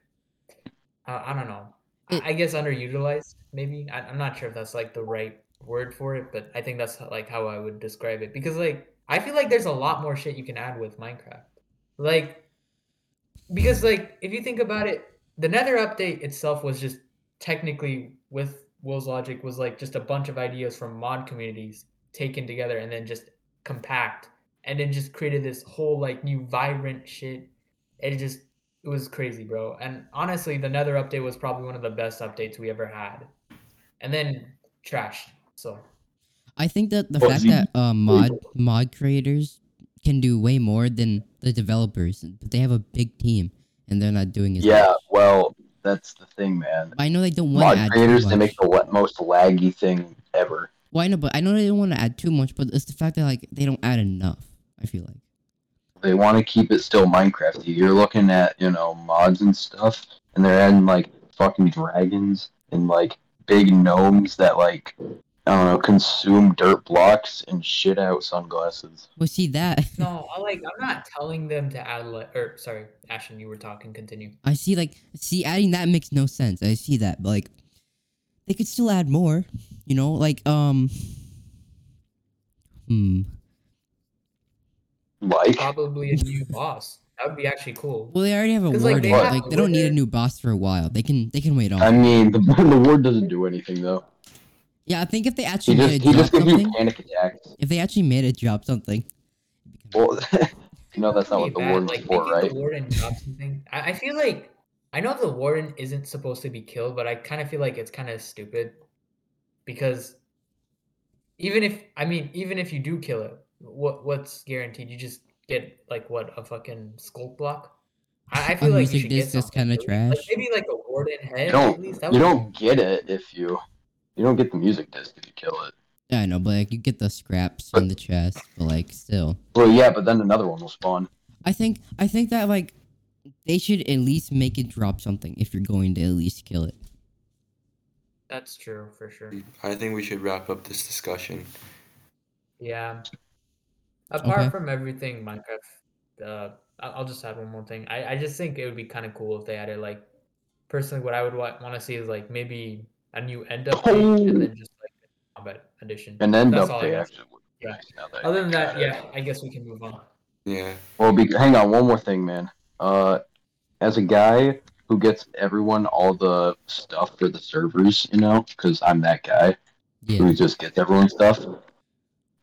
[SPEAKER 2] uh, I don't know.
[SPEAKER 3] It-
[SPEAKER 2] I, I guess underutilized, maybe. I, I'm not sure if that's like the right word for it, but I think that's h- like how I would describe it because like I feel like there's a lot more shit you can add with Minecraft, like because like if you think about it, the Nether update itself was just technically with Will's logic was like just a bunch of ideas from mod communities taken together and then just compact and then just created this whole like new vibrant shit. It just it was crazy, bro. And honestly, the Nether update was probably one of the best updates we ever had. And then trashed. So
[SPEAKER 3] I think that the
[SPEAKER 4] Well,
[SPEAKER 3] fact
[SPEAKER 4] you-
[SPEAKER 3] that uh, mod mod creators can do way more than the developers, but they have a big team and they're not doing as
[SPEAKER 4] yeah,
[SPEAKER 3] much.
[SPEAKER 4] well, that's the thing, man.
[SPEAKER 3] But I know they don't want
[SPEAKER 4] Mod
[SPEAKER 3] to add
[SPEAKER 4] creators,
[SPEAKER 3] too
[SPEAKER 4] they
[SPEAKER 3] much.
[SPEAKER 4] make the la- most laggy thing ever.
[SPEAKER 3] Well, I know, but I know they don't want to add too much. But it's the fact that like they don't add enough. I feel like.
[SPEAKER 4] They want to keep it still Minecrafty. You're looking at, you know, mods and stuff, and they're adding, like, fucking dragons and, like, big gnomes that, like, I don't know, consume dirt blocks and shit out sunglasses.
[SPEAKER 3] Well, see that.
[SPEAKER 2] no, I like I'm not telling them to add like or sorry, Ashton, you were talking, continue.
[SPEAKER 3] I see like see adding that makes no sense. I see that, but like they could still add more, you know, like um Hmm.
[SPEAKER 4] Like,
[SPEAKER 2] Probably a new boss. That would be actually cool.
[SPEAKER 3] Well they already have a
[SPEAKER 2] 'Cause,
[SPEAKER 3] ward
[SPEAKER 2] like,
[SPEAKER 3] like
[SPEAKER 2] they
[SPEAKER 3] they,
[SPEAKER 4] have
[SPEAKER 3] like, they don't need a
[SPEAKER 2] wizard-
[SPEAKER 3] new boss for a while. They can they can wait on.
[SPEAKER 4] I mean, the, the ward doesn't do anything, though.
[SPEAKER 3] yeah, I think if they
[SPEAKER 4] He
[SPEAKER 3] actually
[SPEAKER 4] just,
[SPEAKER 3] made a
[SPEAKER 4] he
[SPEAKER 3] drop
[SPEAKER 4] just gives you
[SPEAKER 3] something
[SPEAKER 4] panic attacks.
[SPEAKER 3] if they actually made a drop something.
[SPEAKER 4] Well, you know, Oh, that's not
[SPEAKER 2] Pretty
[SPEAKER 4] what the
[SPEAKER 2] bad,
[SPEAKER 4] ward's
[SPEAKER 2] like,
[SPEAKER 4] for,
[SPEAKER 2] making
[SPEAKER 4] right?
[SPEAKER 2] The warden drop something. I, I feel like I know the warden isn't supposed to be killed, but I kind of feel like it's kind of stupid because even if I mean even if you do kill it, what what's guaranteed? You just get like what a fucking skull block. I, I feel
[SPEAKER 3] On
[SPEAKER 2] like you
[SPEAKER 3] music
[SPEAKER 2] should get
[SPEAKER 3] disc, that's
[SPEAKER 2] something,
[SPEAKER 3] kinda
[SPEAKER 2] at least-
[SPEAKER 3] trash.
[SPEAKER 2] Like, maybe like a warden head.
[SPEAKER 4] don't-
[SPEAKER 2] at least. That
[SPEAKER 4] You
[SPEAKER 2] would-
[SPEAKER 4] don't get it if you you don't get the music disc if you kill it.
[SPEAKER 3] Yeah, I know, but like you get the scraps on the chest, but like still.
[SPEAKER 4] Well, yeah, but then another one will spawn.
[SPEAKER 3] I think I think that like they should at least make it drop something if you're going to at least kill it.
[SPEAKER 2] That's true for sure.
[SPEAKER 1] I think we should wrap up this discussion.
[SPEAKER 2] Yeah. Apart
[SPEAKER 3] Okay.
[SPEAKER 2] from everything Minecraft, uh, I- I'll just add one more thing. I, I just think it would be kind of cool if they added like, personally, what I would wa- want to see is like maybe a new end update
[SPEAKER 4] Oh.
[SPEAKER 2] and then just like a combat edition.
[SPEAKER 4] And then
[SPEAKER 2] That's
[SPEAKER 4] up
[SPEAKER 2] all I
[SPEAKER 4] they
[SPEAKER 2] got.
[SPEAKER 4] actually would.
[SPEAKER 2] Yeah.
[SPEAKER 4] Now that I
[SPEAKER 2] Other than
[SPEAKER 4] think
[SPEAKER 2] that,
[SPEAKER 4] about it.
[SPEAKER 2] yeah, I guess we can move on.
[SPEAKER 1] Yeah.
[SPEAKER 4] Well, be, hang on, one more thing, man. Uh, as a guy who gets everyone all the stuff for the servers, you know, because I'm that guy
[SPEAKER 3] Yeah.
[SPEAKER 4] who just gets everyone stuff.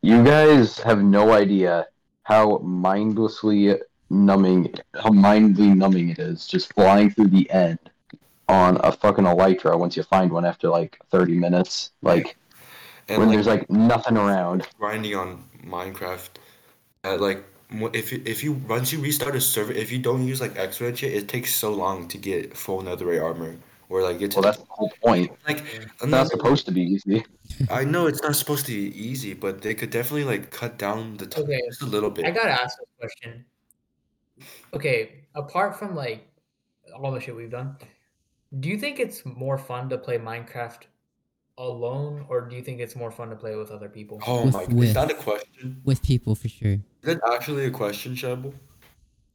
[SPEAKER 4] You guys have no idea how mindlessly numbing, how mindly numbing it is, just flying through the end on a fucking elytra once you find one after like 30 minutes, like
[SPEAKER 1] And
[SPEAKER 4] when
[SPEAKER 1] like,
[SPEAKER 4] there's like nothing around.
[SPEAKER 1] grinding on Minecraft, uh, like mo- if you, if you once you restart a server, if you don't use like extra and shit, it takes so long to get full netherite armor or like get to
[SPEAKER 4] Well, that's the whole point.
[SPEAKER 1] like
[SPEAKER 4] It's
[SPEAKER 1] another-
[SPEAKER 4] not supposed to be easy.
[SPEAKER 1] I know it's not supposed to be easy, but they could definitely like cut down the time
[SPEAKER 2] Okay.
[SPEAKER 1] just a little bit.
[SPEAKER 2] I gotta ask this question. Okay, apart from like all the shit we've done, do you think it's more fun to play Minecraft alone, or do you think it's more fun to play with other people?
[SPEAKER 1] oh
[SPEAKER 3] With-
[SPEAKER 1] my!
[SPEAKER 3] with-
[SPEAKER 1] Is that a question?
[SPEAKER 3] With people for sure.
[SPEAKER 1] Is that actually a question, Shabu?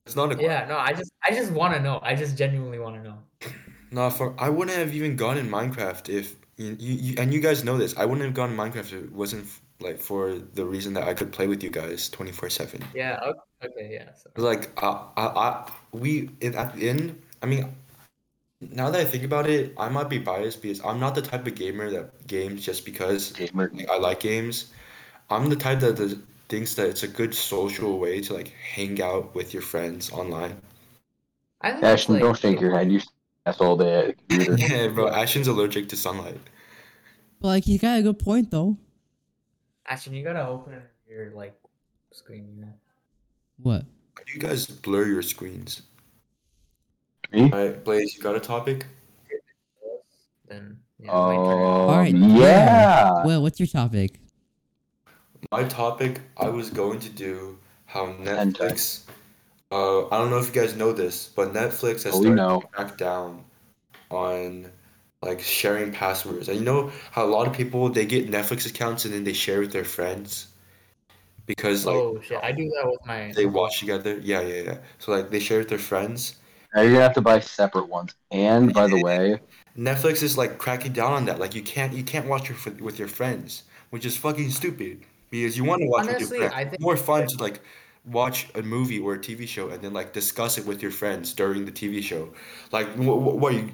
[SPEAKER 1] It's not a question.
[SPEAKER 2] Yeah, no, I just I just want to know. I just genuinely want to know.
[SPEAKER 1] No, for I wouldn't have even gone in Minecraft if you, you, you and you guys know this. I wouldn't have gone in Minecraft if it wasn't f- like for the reason that I could play with you guys twenty four seven.
[SPEAKER 2] Yeah. Okay. okay yeah. So.
[SPEAKER 1] Like I, I, I we in, at the end. I mean, now that I think about it, I might be biased because I'm not the type of gamer that games just because
[SPEAKER 4] Gamer.
[SPEAKER 1] I like games. I'm the type that does, thinks that it's a good social way to like hang out with your friends online.
[SPEAKER 2] I think that's,
[SPEAKER 4] Ashton,
[SPEAKER 2] like-
[SPEAKER 4] don't shake your head. You that's all day at the computer.
[SPEAKER 1] Yeah, bro. Ashton's allergic to sunlight.
[SPEAKER 3] But like he's got a good point though.
[SPEAKER 2] Ashton, you gotta open your like screen. you know.
[SPEAKER 3] What?
[SPEAKER 1] You guys blur your screens.
[SPEAKER 4] Me?
[SPEAKER 1] All right, Blaze, you got a topic?
[SPEAKER 2] Then yeah, my turn.
[SPEAKER 4] Oh,
[SPEAKER 3] right,
[SPEAKER 4] yeah.
[SPEAKER 3] Well, what's your topic?
[SPEAKER 1] My topic, I was going to do how
[SPEAKER 4] Hentai.
[SPEAKER 1] Netflix. Uh, I don't know if you guys know this, but Netflix has
[SPEAKER 4] Oh, we
[SPEAKER 1] started
[SPEAKER 4] know.
[SPEAKER 1] to crack down on like sharing passwords. And you know how a lot of people they get Netflix accounts and then they share with their friends because like
[SPEAKER 2] oh shit! I do that with my.
[SPEAKER 1] they watch together. Yeah, yeah, yeah. So like they share with their friends.
[SPEAKER 4] Now you're gonna have to buy separate ones. And by the way,
[SPEAKER 1] Netflix is like cracking down on that. Like you can't you can't watch your f- with your friends, which is fucking stupid because you want to watch with
[SPEAKER 2] Honestly,
[SPEAKER 1] your
[SPEAKER 2] I
[SPEAKER 1] friends.
[SPEAKER 2] think-
[SPEAKER 1] More fun to like watch a movie or a TV show and then like discuss it with your friends during the TV show. Like wh- wh- what you,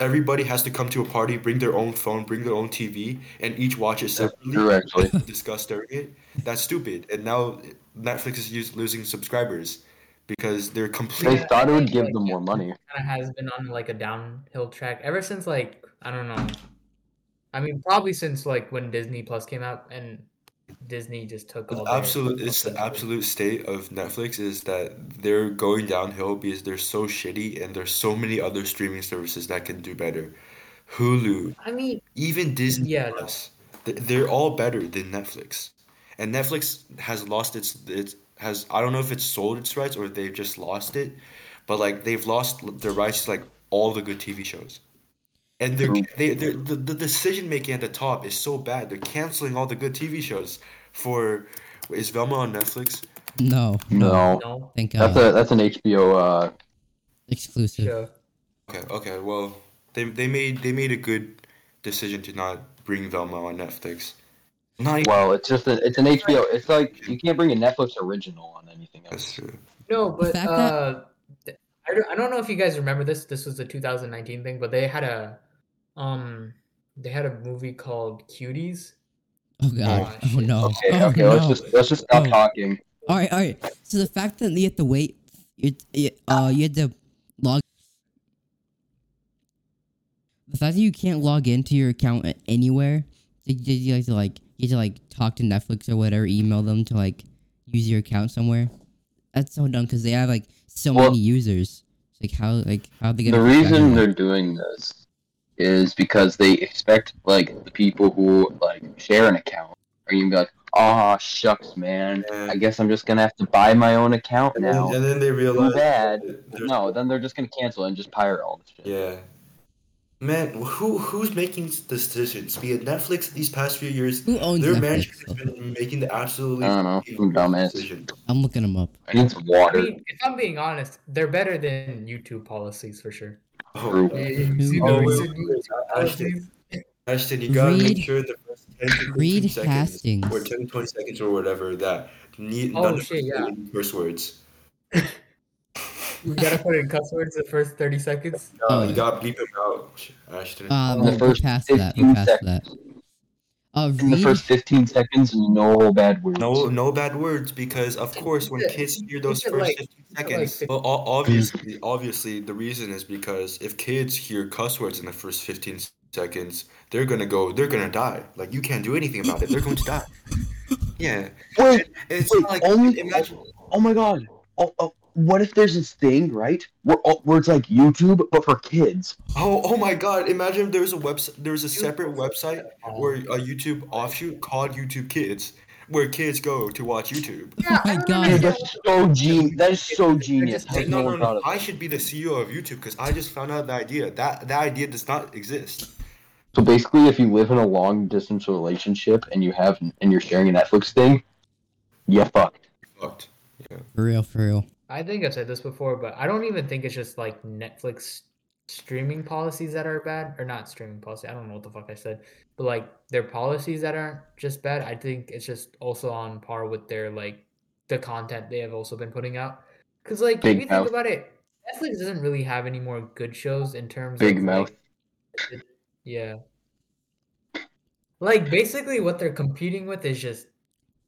[SPEAKER 1] everybody has to come to a party, bring their own phone, bring their own TV, and each watch it separately.
[SPEAKER 4] true, actually.
[SPEAKER 1] and Discuss during it. That's stupid. And now Netflix is use, losing subscribers because they're
[SPEAKER 4] they
[SPEAKER 1] completely.
[SPEAKER 2] Yeah,
[SPEAKER 4] thought it
[SPEAKER 2] I
[SPEAKER 4] would
[SPEAKER 2] think,
[SPEAKER 4] give
[SPEAKER 2] like,
[SPEAKER 4] them more money.
[SPEAKER 2] kind of has been on like a downhill track ever since like I don't know. I mean, probably since like when Disney Plus came out and Disney just took all
[SPEAKER 1] The
[SPEAKER 2] their
[SPEAKER 1] absolute it's the
[SPEAKER 2] fucking-
[SPEAKER 1] absolute state of Netflix is that they're going downhill because they're so shitty and there's so many other streaming services that can do better. Hulu,
[SPEAKER 2] I mean,
[SPEAKER 1] even Disney
[SPEAKER 2] Yeah, no.
[SPEAKER 1] Plus, th- they're all better than Netflix. And Netflix has lost its its has I don't know if it's sold its rights or they've just lost it, but like they've lost l- their rights to like all the good TV shows. And they're,
[SPEAKER 4] True.
[SPEAKER 1] they they're, the, the decision making at the top is so bad. They're canceling all the good TV shows for is Velma on Netflix?
[SPEAKER 3] No.
[SPEAKER 4] No,
[SPEAKER 2] no,
[SPEAKER 3] Thank God.
[SPEAKER 4] that's a that's an HBO. Uh,
[SPEAKER 3] Exclusive.
[SPEAKER 2] sure.
[SPEAKER 1] Okay, okay. Well, they they made they made a good decision to not bring Velma on Netflix. Not even,
[SPEAKER 4] well, it's just a, it's an HBO. It's like you can't bring a Netflix original on anything
[SPEAKER 1] that's
[SPEAKER 4] else.
[SPEAKER 1] true.
[SPEAKER 2] No, but
[SPEAKER 3] fact that-
[SPEAKER 2] uh, th- I don't, I don't know if you guys remember this. This was the 2019 thing, but they had a um they had a movie called Cuties.
[SPEAKER 3] Oh God.
[SPEAKER 2] Oh,
[SPEAKER 3] Oh,
[SPEAKER 2] shit.
[SPEAKER 3] no.
[SPEAKER 4] Okay,
[SPEAKER 3] oh,
[SPEAKER 4] okay.
[SPEAKER 3] No.
[SPEAKER 4] Let's just let's just stop
[SPEAKER 3] Oh.
[SPEAKER 4] talking.
[SPEAKER 3] All right. All right. So the fact that you have to wait, you, you uh, you had to log. The fact that you can't log into your account a- anywhere, did, did you like to like you had to like talk to Netflix or whatever, email them to like use your account somewhere? That's so dumb because they have like so
[SPEAKER 4] Well-
[SPEAKER 3] many users. It's like how like how are they gonna
[SPEAKER 4] The
[SPEAKER 3] keep track of
[SPEAKER 4] reason
[SPEAKER 3] it?
[SPEAKER 4] they're doing this is because they expect like the people who like share an account are gonna be like, "Ah, shucks, man. I guess I'm just gonna have to buy my own account
[SPEAKER 1] And, then,
[SPEAKER 4] now."
[SPEAKER 1] and then they
[SPEAKER 4] Too
[SPEAKER 1] realized
[SPEAKER 4] bad.
[SPEAKER 1] that there's-
[SPEAKER 4] No, then they're just gonna cancel and just pirate all the shit.
[SPEAKER 1] Yeah. Man, who who's making these decisions? Be it Netflix these past few years,
[SPEAKER 3] Who owns
[SPEAKER 1] their management
[SPEAKER 3] Netflix?
[SPEAKER 1] has been making the absolutely
[SPEAKER 4] I don't know,
[SPEAKER 1] fucking
[SPEAKER 4] some dumbass.
[SPEAKER 1] decision.
[SPEAKER 3] I'm looking them up.
[SPEAKER 4] I need some
[SPEAKER 2] I
[SPEAKER 4] water.
[SPEAKER 2] mean, if I'm being honest, they're better than YouTube policies for sure.
[SPEAKER 1] Oh,
[SPEAKER 4] True.
[SPEAKER 2] You see
[SPEAKER 1] Oh, wait, wait,
[SPEAKER 2] the recent
[SPEAKER 1] wait,
[SPEAKER 2] YouTube
[SPEAKER 1] Ashton,
[SPEAKER 2] policies?
[SPEAKER 1] Ashton, you gotta
[SPEAKER 3] Reed-
[SPEAKER 1] make sure the first 10 to 15
[SPEAKER 3] Reed
[SPEAKER 1] seconds
[SPEAKER 3] Hastings.
[SPEAKER 1] or 10 20 seconds or whatever that need
[SPEAKER 2] Oh,
[SPEAKER 1] none of
[SPEAKER 2] shit,
[SPEAKER 1] the
[SPEAKER 2] yeah.
[SPEAKER 1] curse words.
[SPEAKER 2] We gotta put in cuss words the first 30 seconds.
[SPEAKER 1] No,
[SPEAKER 3] Oh,
[SPEAKER 1] you
[SPEAKER 3] yeah.
[SPEAKER 1] gotta bleep him out, Ashton.
[SPEAKER 3] Uh,
[SPEAKER 2] The
[SPEAKER 3] we're- we're
[SPEAKER 4] first
[SPEAKER 3] past that. We're
[SPEAKER 4] 15
[SPEAKER 3] past that. Uh,
[SPEAKER 4] In the
[SPEAKER 3] Reed-
[SPEAKER 4] first 15 seconds, no bad words.
[SPEAKER 1] No, no bad words because of course when
[SPEAKER 2] Yeah,
[SPEAKER 1] kids hear
[SPEAKER 2] you
[SPEAKER 1] those
[SPEAKER 2] said,
[SPEAKER 1] first
[SPEAKER 2] like-
[SPEAKER 1] 15
[SPEAKER 2] said, like,
[SPEAKER 1] seconds,
[SPEAKER 2] fif-
[SPEAKER 1] well, o- obviously, obviously the reason is because if kids hear cuss words in the first 15 seconds, they're gonna go, they're gonna die. Like you can't do anything about it. They're going to die. Yeah,
[SPEAKER 4] Wait,
[SPEAKER 1] it's
[SPEAKER 4] Wait,
[SPEAKER 1] not like
[SPEAKER 4] only-
[SPEAKER 1] imagine.
[SPEAKER 4] oh my god. Oh, oh, what if there's this thing, right? Where, oh, where it's like YouTube, but for kids.
[SPEAKER 1] Oh, oh my God! Imagine there's a website, there's a separate website
[SPEAKER 3] Oh
[SPEAKER 1] or a YouTube offshoot called YouTube Kids, where kids go to watch YouTube.
[SPEAKER 2] Yeah,
[SPEAKER 3] my
[SPEAKER 2] I don't
[SPEAKER 3] God.
[SPEAKER 4] Dude,
[SPEAKER 2] understand
[SPEAKER 4] that's so genius. That is so genius.
[SPEAKER 2] Hey,
[SPEAKER 4] How
[SPEAKER 1] Like,
[SPEAKER 4] did
[SPEAKER 1] no,
[SPEAKER 4] no
[SPEAKER 1] no,
[SPEAKER 4] one thought
[SPEAKER 1] no!
[SPEAKER 4] of
[SPEAKER 1] I should be the CEO of YouTube because I just found out the idea. That that idea does not exist.
[SPEAKER 4] that? So basically, if you live in a long distance relationship and you have and you're sharing a Netflix thing, yeah, fuck.
[SPEAKER 1] Fucked.
[SPEAKER 3] For real, for real.
[SPEAKER 2] I think I've said this before, but I don't even think it's just like Netflix streaming policies that are bad, or not streaming policy. I don't know what the fuck I said, but like their policies that aren't just bad. I think it's just also on par with their like the content they have also been putting out. Because like
[SPEAKER 4] Big
[SPEAKER 2] if you
[SPEAKER 4] mouth.
[SPEAKER 2] think about it, Netflix doesn't really have any more good shows in terms
[SPEAKER 4] Big
[SPEAKER 2] of
[SPEAKER 4] mouth.
[SPEAKER 2] Like, it- yeah. Like basically, what they're competing with is just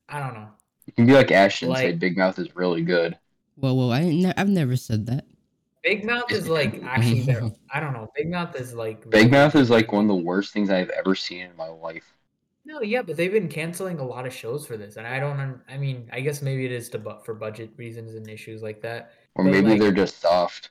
[SPEAKER 2] I don't know.
[SPEAKER 4] You can be like Ashton and say
[SPEAKER 2] Like-
[SPEAKER 4] Big Mouth is really good.
[SPEAKER 3] Whoa, whoa! I ne- I've never said that.
[SPEAKER 2] Big Mouth is like actually there. I don't know. Big Mouth is like
[SPEAKER 4] Big Mouth is like one of the worst things I've ever seen in my life.
[SPEAKER 2] No, yeah, but they've been canceling a lot of shows for this, and I don't. un- I mean, I guess maybe it is to bu- for budget reasons and issues like that.
[SPEAKER 4] Or
[SPEAKER 2] But,
[SPEAKER 4] maybe
[SPEAKER 2] like-
[SPEAKER 4] they're just soft.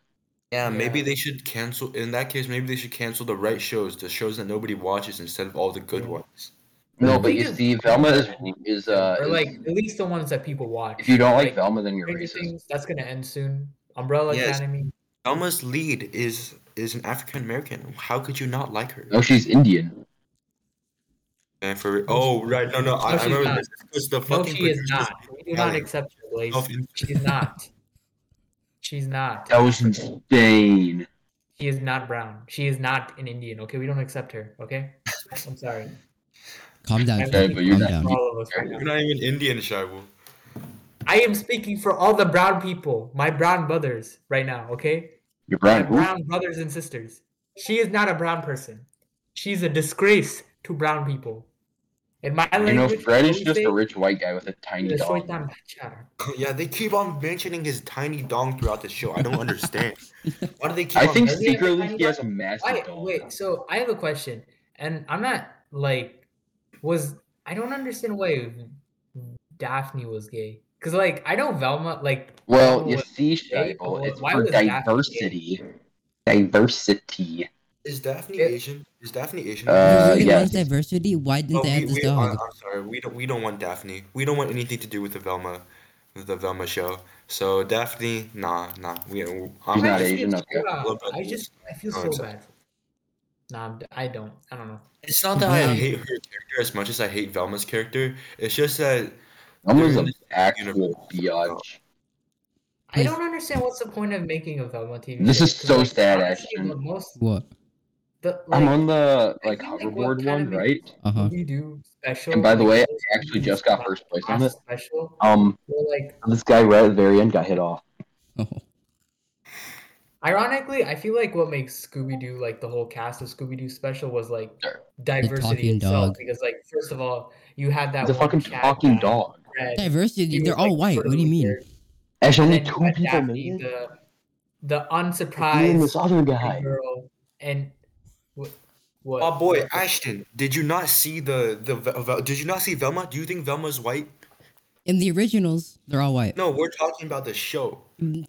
[SPEAKER 1] Yeah, maybe
[SPEAKER 2] Yeah.
[SPEAKER 1] they should cancel. In that case, maybe they should cancel the right shows, the shows that nobody watches, instead of all the good ones.
[SPEAKER 4] No,
[SPEAKER 2] Well,
[SPEAKER 4] but
[SPEAKER 2] they
[SPEAKER 4] you
[SPEAKER 2] just-
[SPEAKER 4] see, Velma is is uh.
[SPEAKER 2] or
[SPEAKER 4] is-
[SPEAKER 2] like at least the ones that people watch.
[SPEAKER 4] if you don't like,
[SPEAKER 2] like,
[SPEAKER 4] Velma, then you're
[SPEAKER 2] Stranger
[SPEAKER 4] racist.
[SPEAKER 2] Things, that's gonna end soon. Umbrella
[SPEAKER 1] Yes.
[SPEAKER 2] Academy.
[SPEAKER 1] Elma's lead is is an African American. How could you not like her?
[SPEAKER 4] No, she's Indian.
[SPEAKER 1] And for oh right, no, no, I,
[SPEAKER 2] No,
[SPEAKER 1] I
[SPEAKER 2] she's
[SPEAKER 1] remember
[SPEAKER 2] not.
[SPEAKER 1] this. Because the
[SPEAKER 2] No,
[SPEAKER 1] fucking
[SPEAKER 2] she is
[SPEAKER 1] producers-
[SPEAKER 2] not. We do not
[SPEAKER 1] Ellie.
[SPEAKER 2] accept her, Blaze.
[SPEAKER 1] Self-interest.
[SPEAKER 2] She's not. She's not.
[SPEAKER 4] That was insane.
[SPEAKER 2] She is not brown. She is not an Indian. Okay, we don't accept her. Okay, I'm sorry.
[SPEAKER 3] Calm down.
[SPEAKER 2] I'm
[SPEAKER 4] Okay,
[SPEAKER 3] Jake,
[SPEAKER 4] but you're
[SPEAKER 2] speaking
[SPEAKER 3] calm
[SPEAKER 4] not-
[SPEAKER 2] for
[SPEAKER 3] down.
[SPEAKER 2] all of us right now.
[SPEAKER 1] You're not even Indian, Shaiwu.
[SPEAKER 2] I am speaking for all the brown people, my brown brothers, right now. Okay,
[SPEAKER 4] You're
[SPEAKER 2] my
[SPEAKER 4] brown. Ooh,
[SPEAKER 2] brown brothers and sisters. She is not a brown person. She's a disgrace to brown people. In my
[SPEAKER 4] You know,
[SPEAKER 2] language,
[SPEAKER 4] Fred is
[SPEAKER 2] we
[SPEAKER 4] just
[SPEAKER 2] say,
[SPEAKER 4] a rich white guy with a tiny
[SPEAKER 2] "Yo soy
[SPEAKER 4] dog.
[SPEAKER 2] tan bachara."
[SPEAKER 1] Yeah, they keep on mentioning his tiny dong throughout the show. I don't understand. Why do they keep
[SPEAKER 4] I
[SPEAKER 1] on
[SPEAKER 4] think
[SPEAKER 2] Does he have a
[SPEAKER 4] secretly
[SPEAKER 2] tiny
[SPEAKER 4] he has a
[SPEAKER 2] dog?
[SPEAKER 4] massive
[SPEAKER 2] Wait,
[SPEAKER 4] dog.
[SPEAKER 2] wait. So I have a question, and I'm not like was I don't understand why Daphne was gay because like I know Velma like
[SPEAKER 4] Well,
[SPEAKER 2] Velma
[SPEAKER 4] you
[SPEAKER 2] was-
[SPEAKER 4] see,
[SPEAKER 2] Hey,
[SPEAKER 4] Shable,
[SPEAKER 2] well,
[SPEAKER 4] it's
[SPEAKER 2] why
[SPEAKER 4] for
[SPEAKER 2] was that gay?
[SPEAKER 4] diversity. Diversity.
[SPEAKER 1] Is Daphne
[SPEAKER 2] It-
[SPEAKER 1] Asian? Is Daphne Asian?
[SPEAKER 4] Uh,
[SPEAKER 3] If you
[SPEAKER 4] yeah.
[SPEAKER 3] want diversity. Why
[SPEAKER 1] No,
[SPEAKER 3] didn't they
[SPEAKER 1] we, uh,
[SPEAKER 3] add this
[SPEAKER 1] we, I,
[SPEAKER 3] dog?
[SPEAKER 1] am sorry. We don't. We don't want Daphne. We don't want anything to do with the Velma, the Velma show. So Daphne, nah, nah. We. uh, I'm
[SPEAKER 4] She's
[SPEAKER 2] I
[SPEAKER 4] not
[SPEAKER 2] just feel
[SPEAKER 4] Asian,
[SPEAKER 2] so
[SPEAKER 4] okay.
[SPEAKER 2] bad.
[SPEAKER 1] Look at
[SPEAKER 2] I
[SPEAKER 1] this.
[SPEAKER 2] just I feel
[SPEAKER 1] Oh,
[SPEAKER 2] so
[SPEAKER 1] it's okay.
[SPEAKER 2] bad. Nah, I'm d- I don't. I don't know.
[SPEAKER 1] It's not that I
[SPEAKER 3] Yeah.
[SPEAKER 1] hate her character as much as I hate Velma's character. It's just that
[SPEAKER 4] Almost
[SPEAKER 1] They're
[SPEAKER 4] an
[SPEAKER 1] in
[SPEAKER 4] actual
[SPEAKER 1] universe.
[SPEAKER 4] biatch.
[SPEAKER 2] I
[SPEAKER 3] Yes.
[SPEAKER 2] don't understand what's the point of making a Velma TV.
[SPEAKER 4] This
[SPEAKER 2] show,
[SPEAKER 4] is
[SPEAKER 2] 'cause,
[SPEAKER 4] so
[SPEAKER 2] like,
[SPEAKER 4] sad,
[SPEAKER 2] honestly,
[SPEAKER 4] Ashton.
[SPEAKER 2] The most,
[SPEAKER 3] What?
[SPEAKER 2] the, like,
[SPEAKER 4] I'm on the
[SPEAKER 2] I
[SPEAKER 4] like
[SPEAKER 2] feel like what
[SPEAKER 4] hoverboard
[SPEAKER 2] kind
[SPEAKER 4] one,
[SPEAKER 2] of
[SPEAKER 4] right?
[SPEAKER 3] Uh huh.
[SPEAKER 2] we do special.
[SPEAKER 4] And by the
[SPEAKER 2] like,
[SPEAKER 4] way, I
[SPEAKER 2] those
[SPEAKER 4] actually
[SPEAKER 2] movies
[SPEAKER 4] just got
[SPEAKER 2] about
[SPEAKER 4] first place on it.
[SPEAKER 2] last Special.
[SPEAKER 4] Um,
[SPEAKER 2] Where, like,
[SPEAKER 4] this guy right at the very end got hit off.
[SPEAKER 3] Oh.
[SPEAKER 2] ironically, I feel like what makes Scooby Doo like the whole cast of Scooby Doo special was like
[SPEAKER 4] Sure.
[SPEAKER 2] diversity
[SPEAKER 3] talking
[SPEAKER 2] itself.
[SPEAKER 3] dog.
[SPEAKER 2] Because like, first of all, you had that
[SPEAKER 4] He's a
[SPEAKER 2] one
[SPEAKER 4] fucking
[SPEAKER 2] cat
[SPEAKER 4] talking
[SPEAKER 2] guy,
[SPEAKER 4] dog.
[SPEAKER 2] Fred, he
[SPEAKER 3] Diversity.
[SPEAKER 2] was,
[SPEAKER 3] They're all
[SPEAKER 2] like,
[SPEAKER 3] white.
[SPEAKER 2] sort of
[SPEAKER 3] What do you mean?
[SPEAKER 2] weird.
[SPEAKER 4] There's only
[SPEAKER 2] then
[SPEAKER 4] two
[SPEAKER 2] you had
[SPEAKER 4] people,
[SPEAKER 2] Daphne,
[SPEAKER 4] man.
[SPEAKER 2] The, the
[SPEAKER 4] Me and
[SPEAKER 2] unsurprised
[SPEAKER 4] this other
[SPEAKER 2] pretty
[SPEAKER 4] guy.
[SPEAKER 2] girl and wh- what?
[SPEAKER 1] my oh, boy
[SPEAKER 2] what-
[SPEAKER 1] Ashton, did you not see the the Vel- Vel- did you not see Velma? Do you think Velma's white?
[SPEAKER 3] In the originals, they're all white.
[SPEAKER 1] No, we're talking about the show.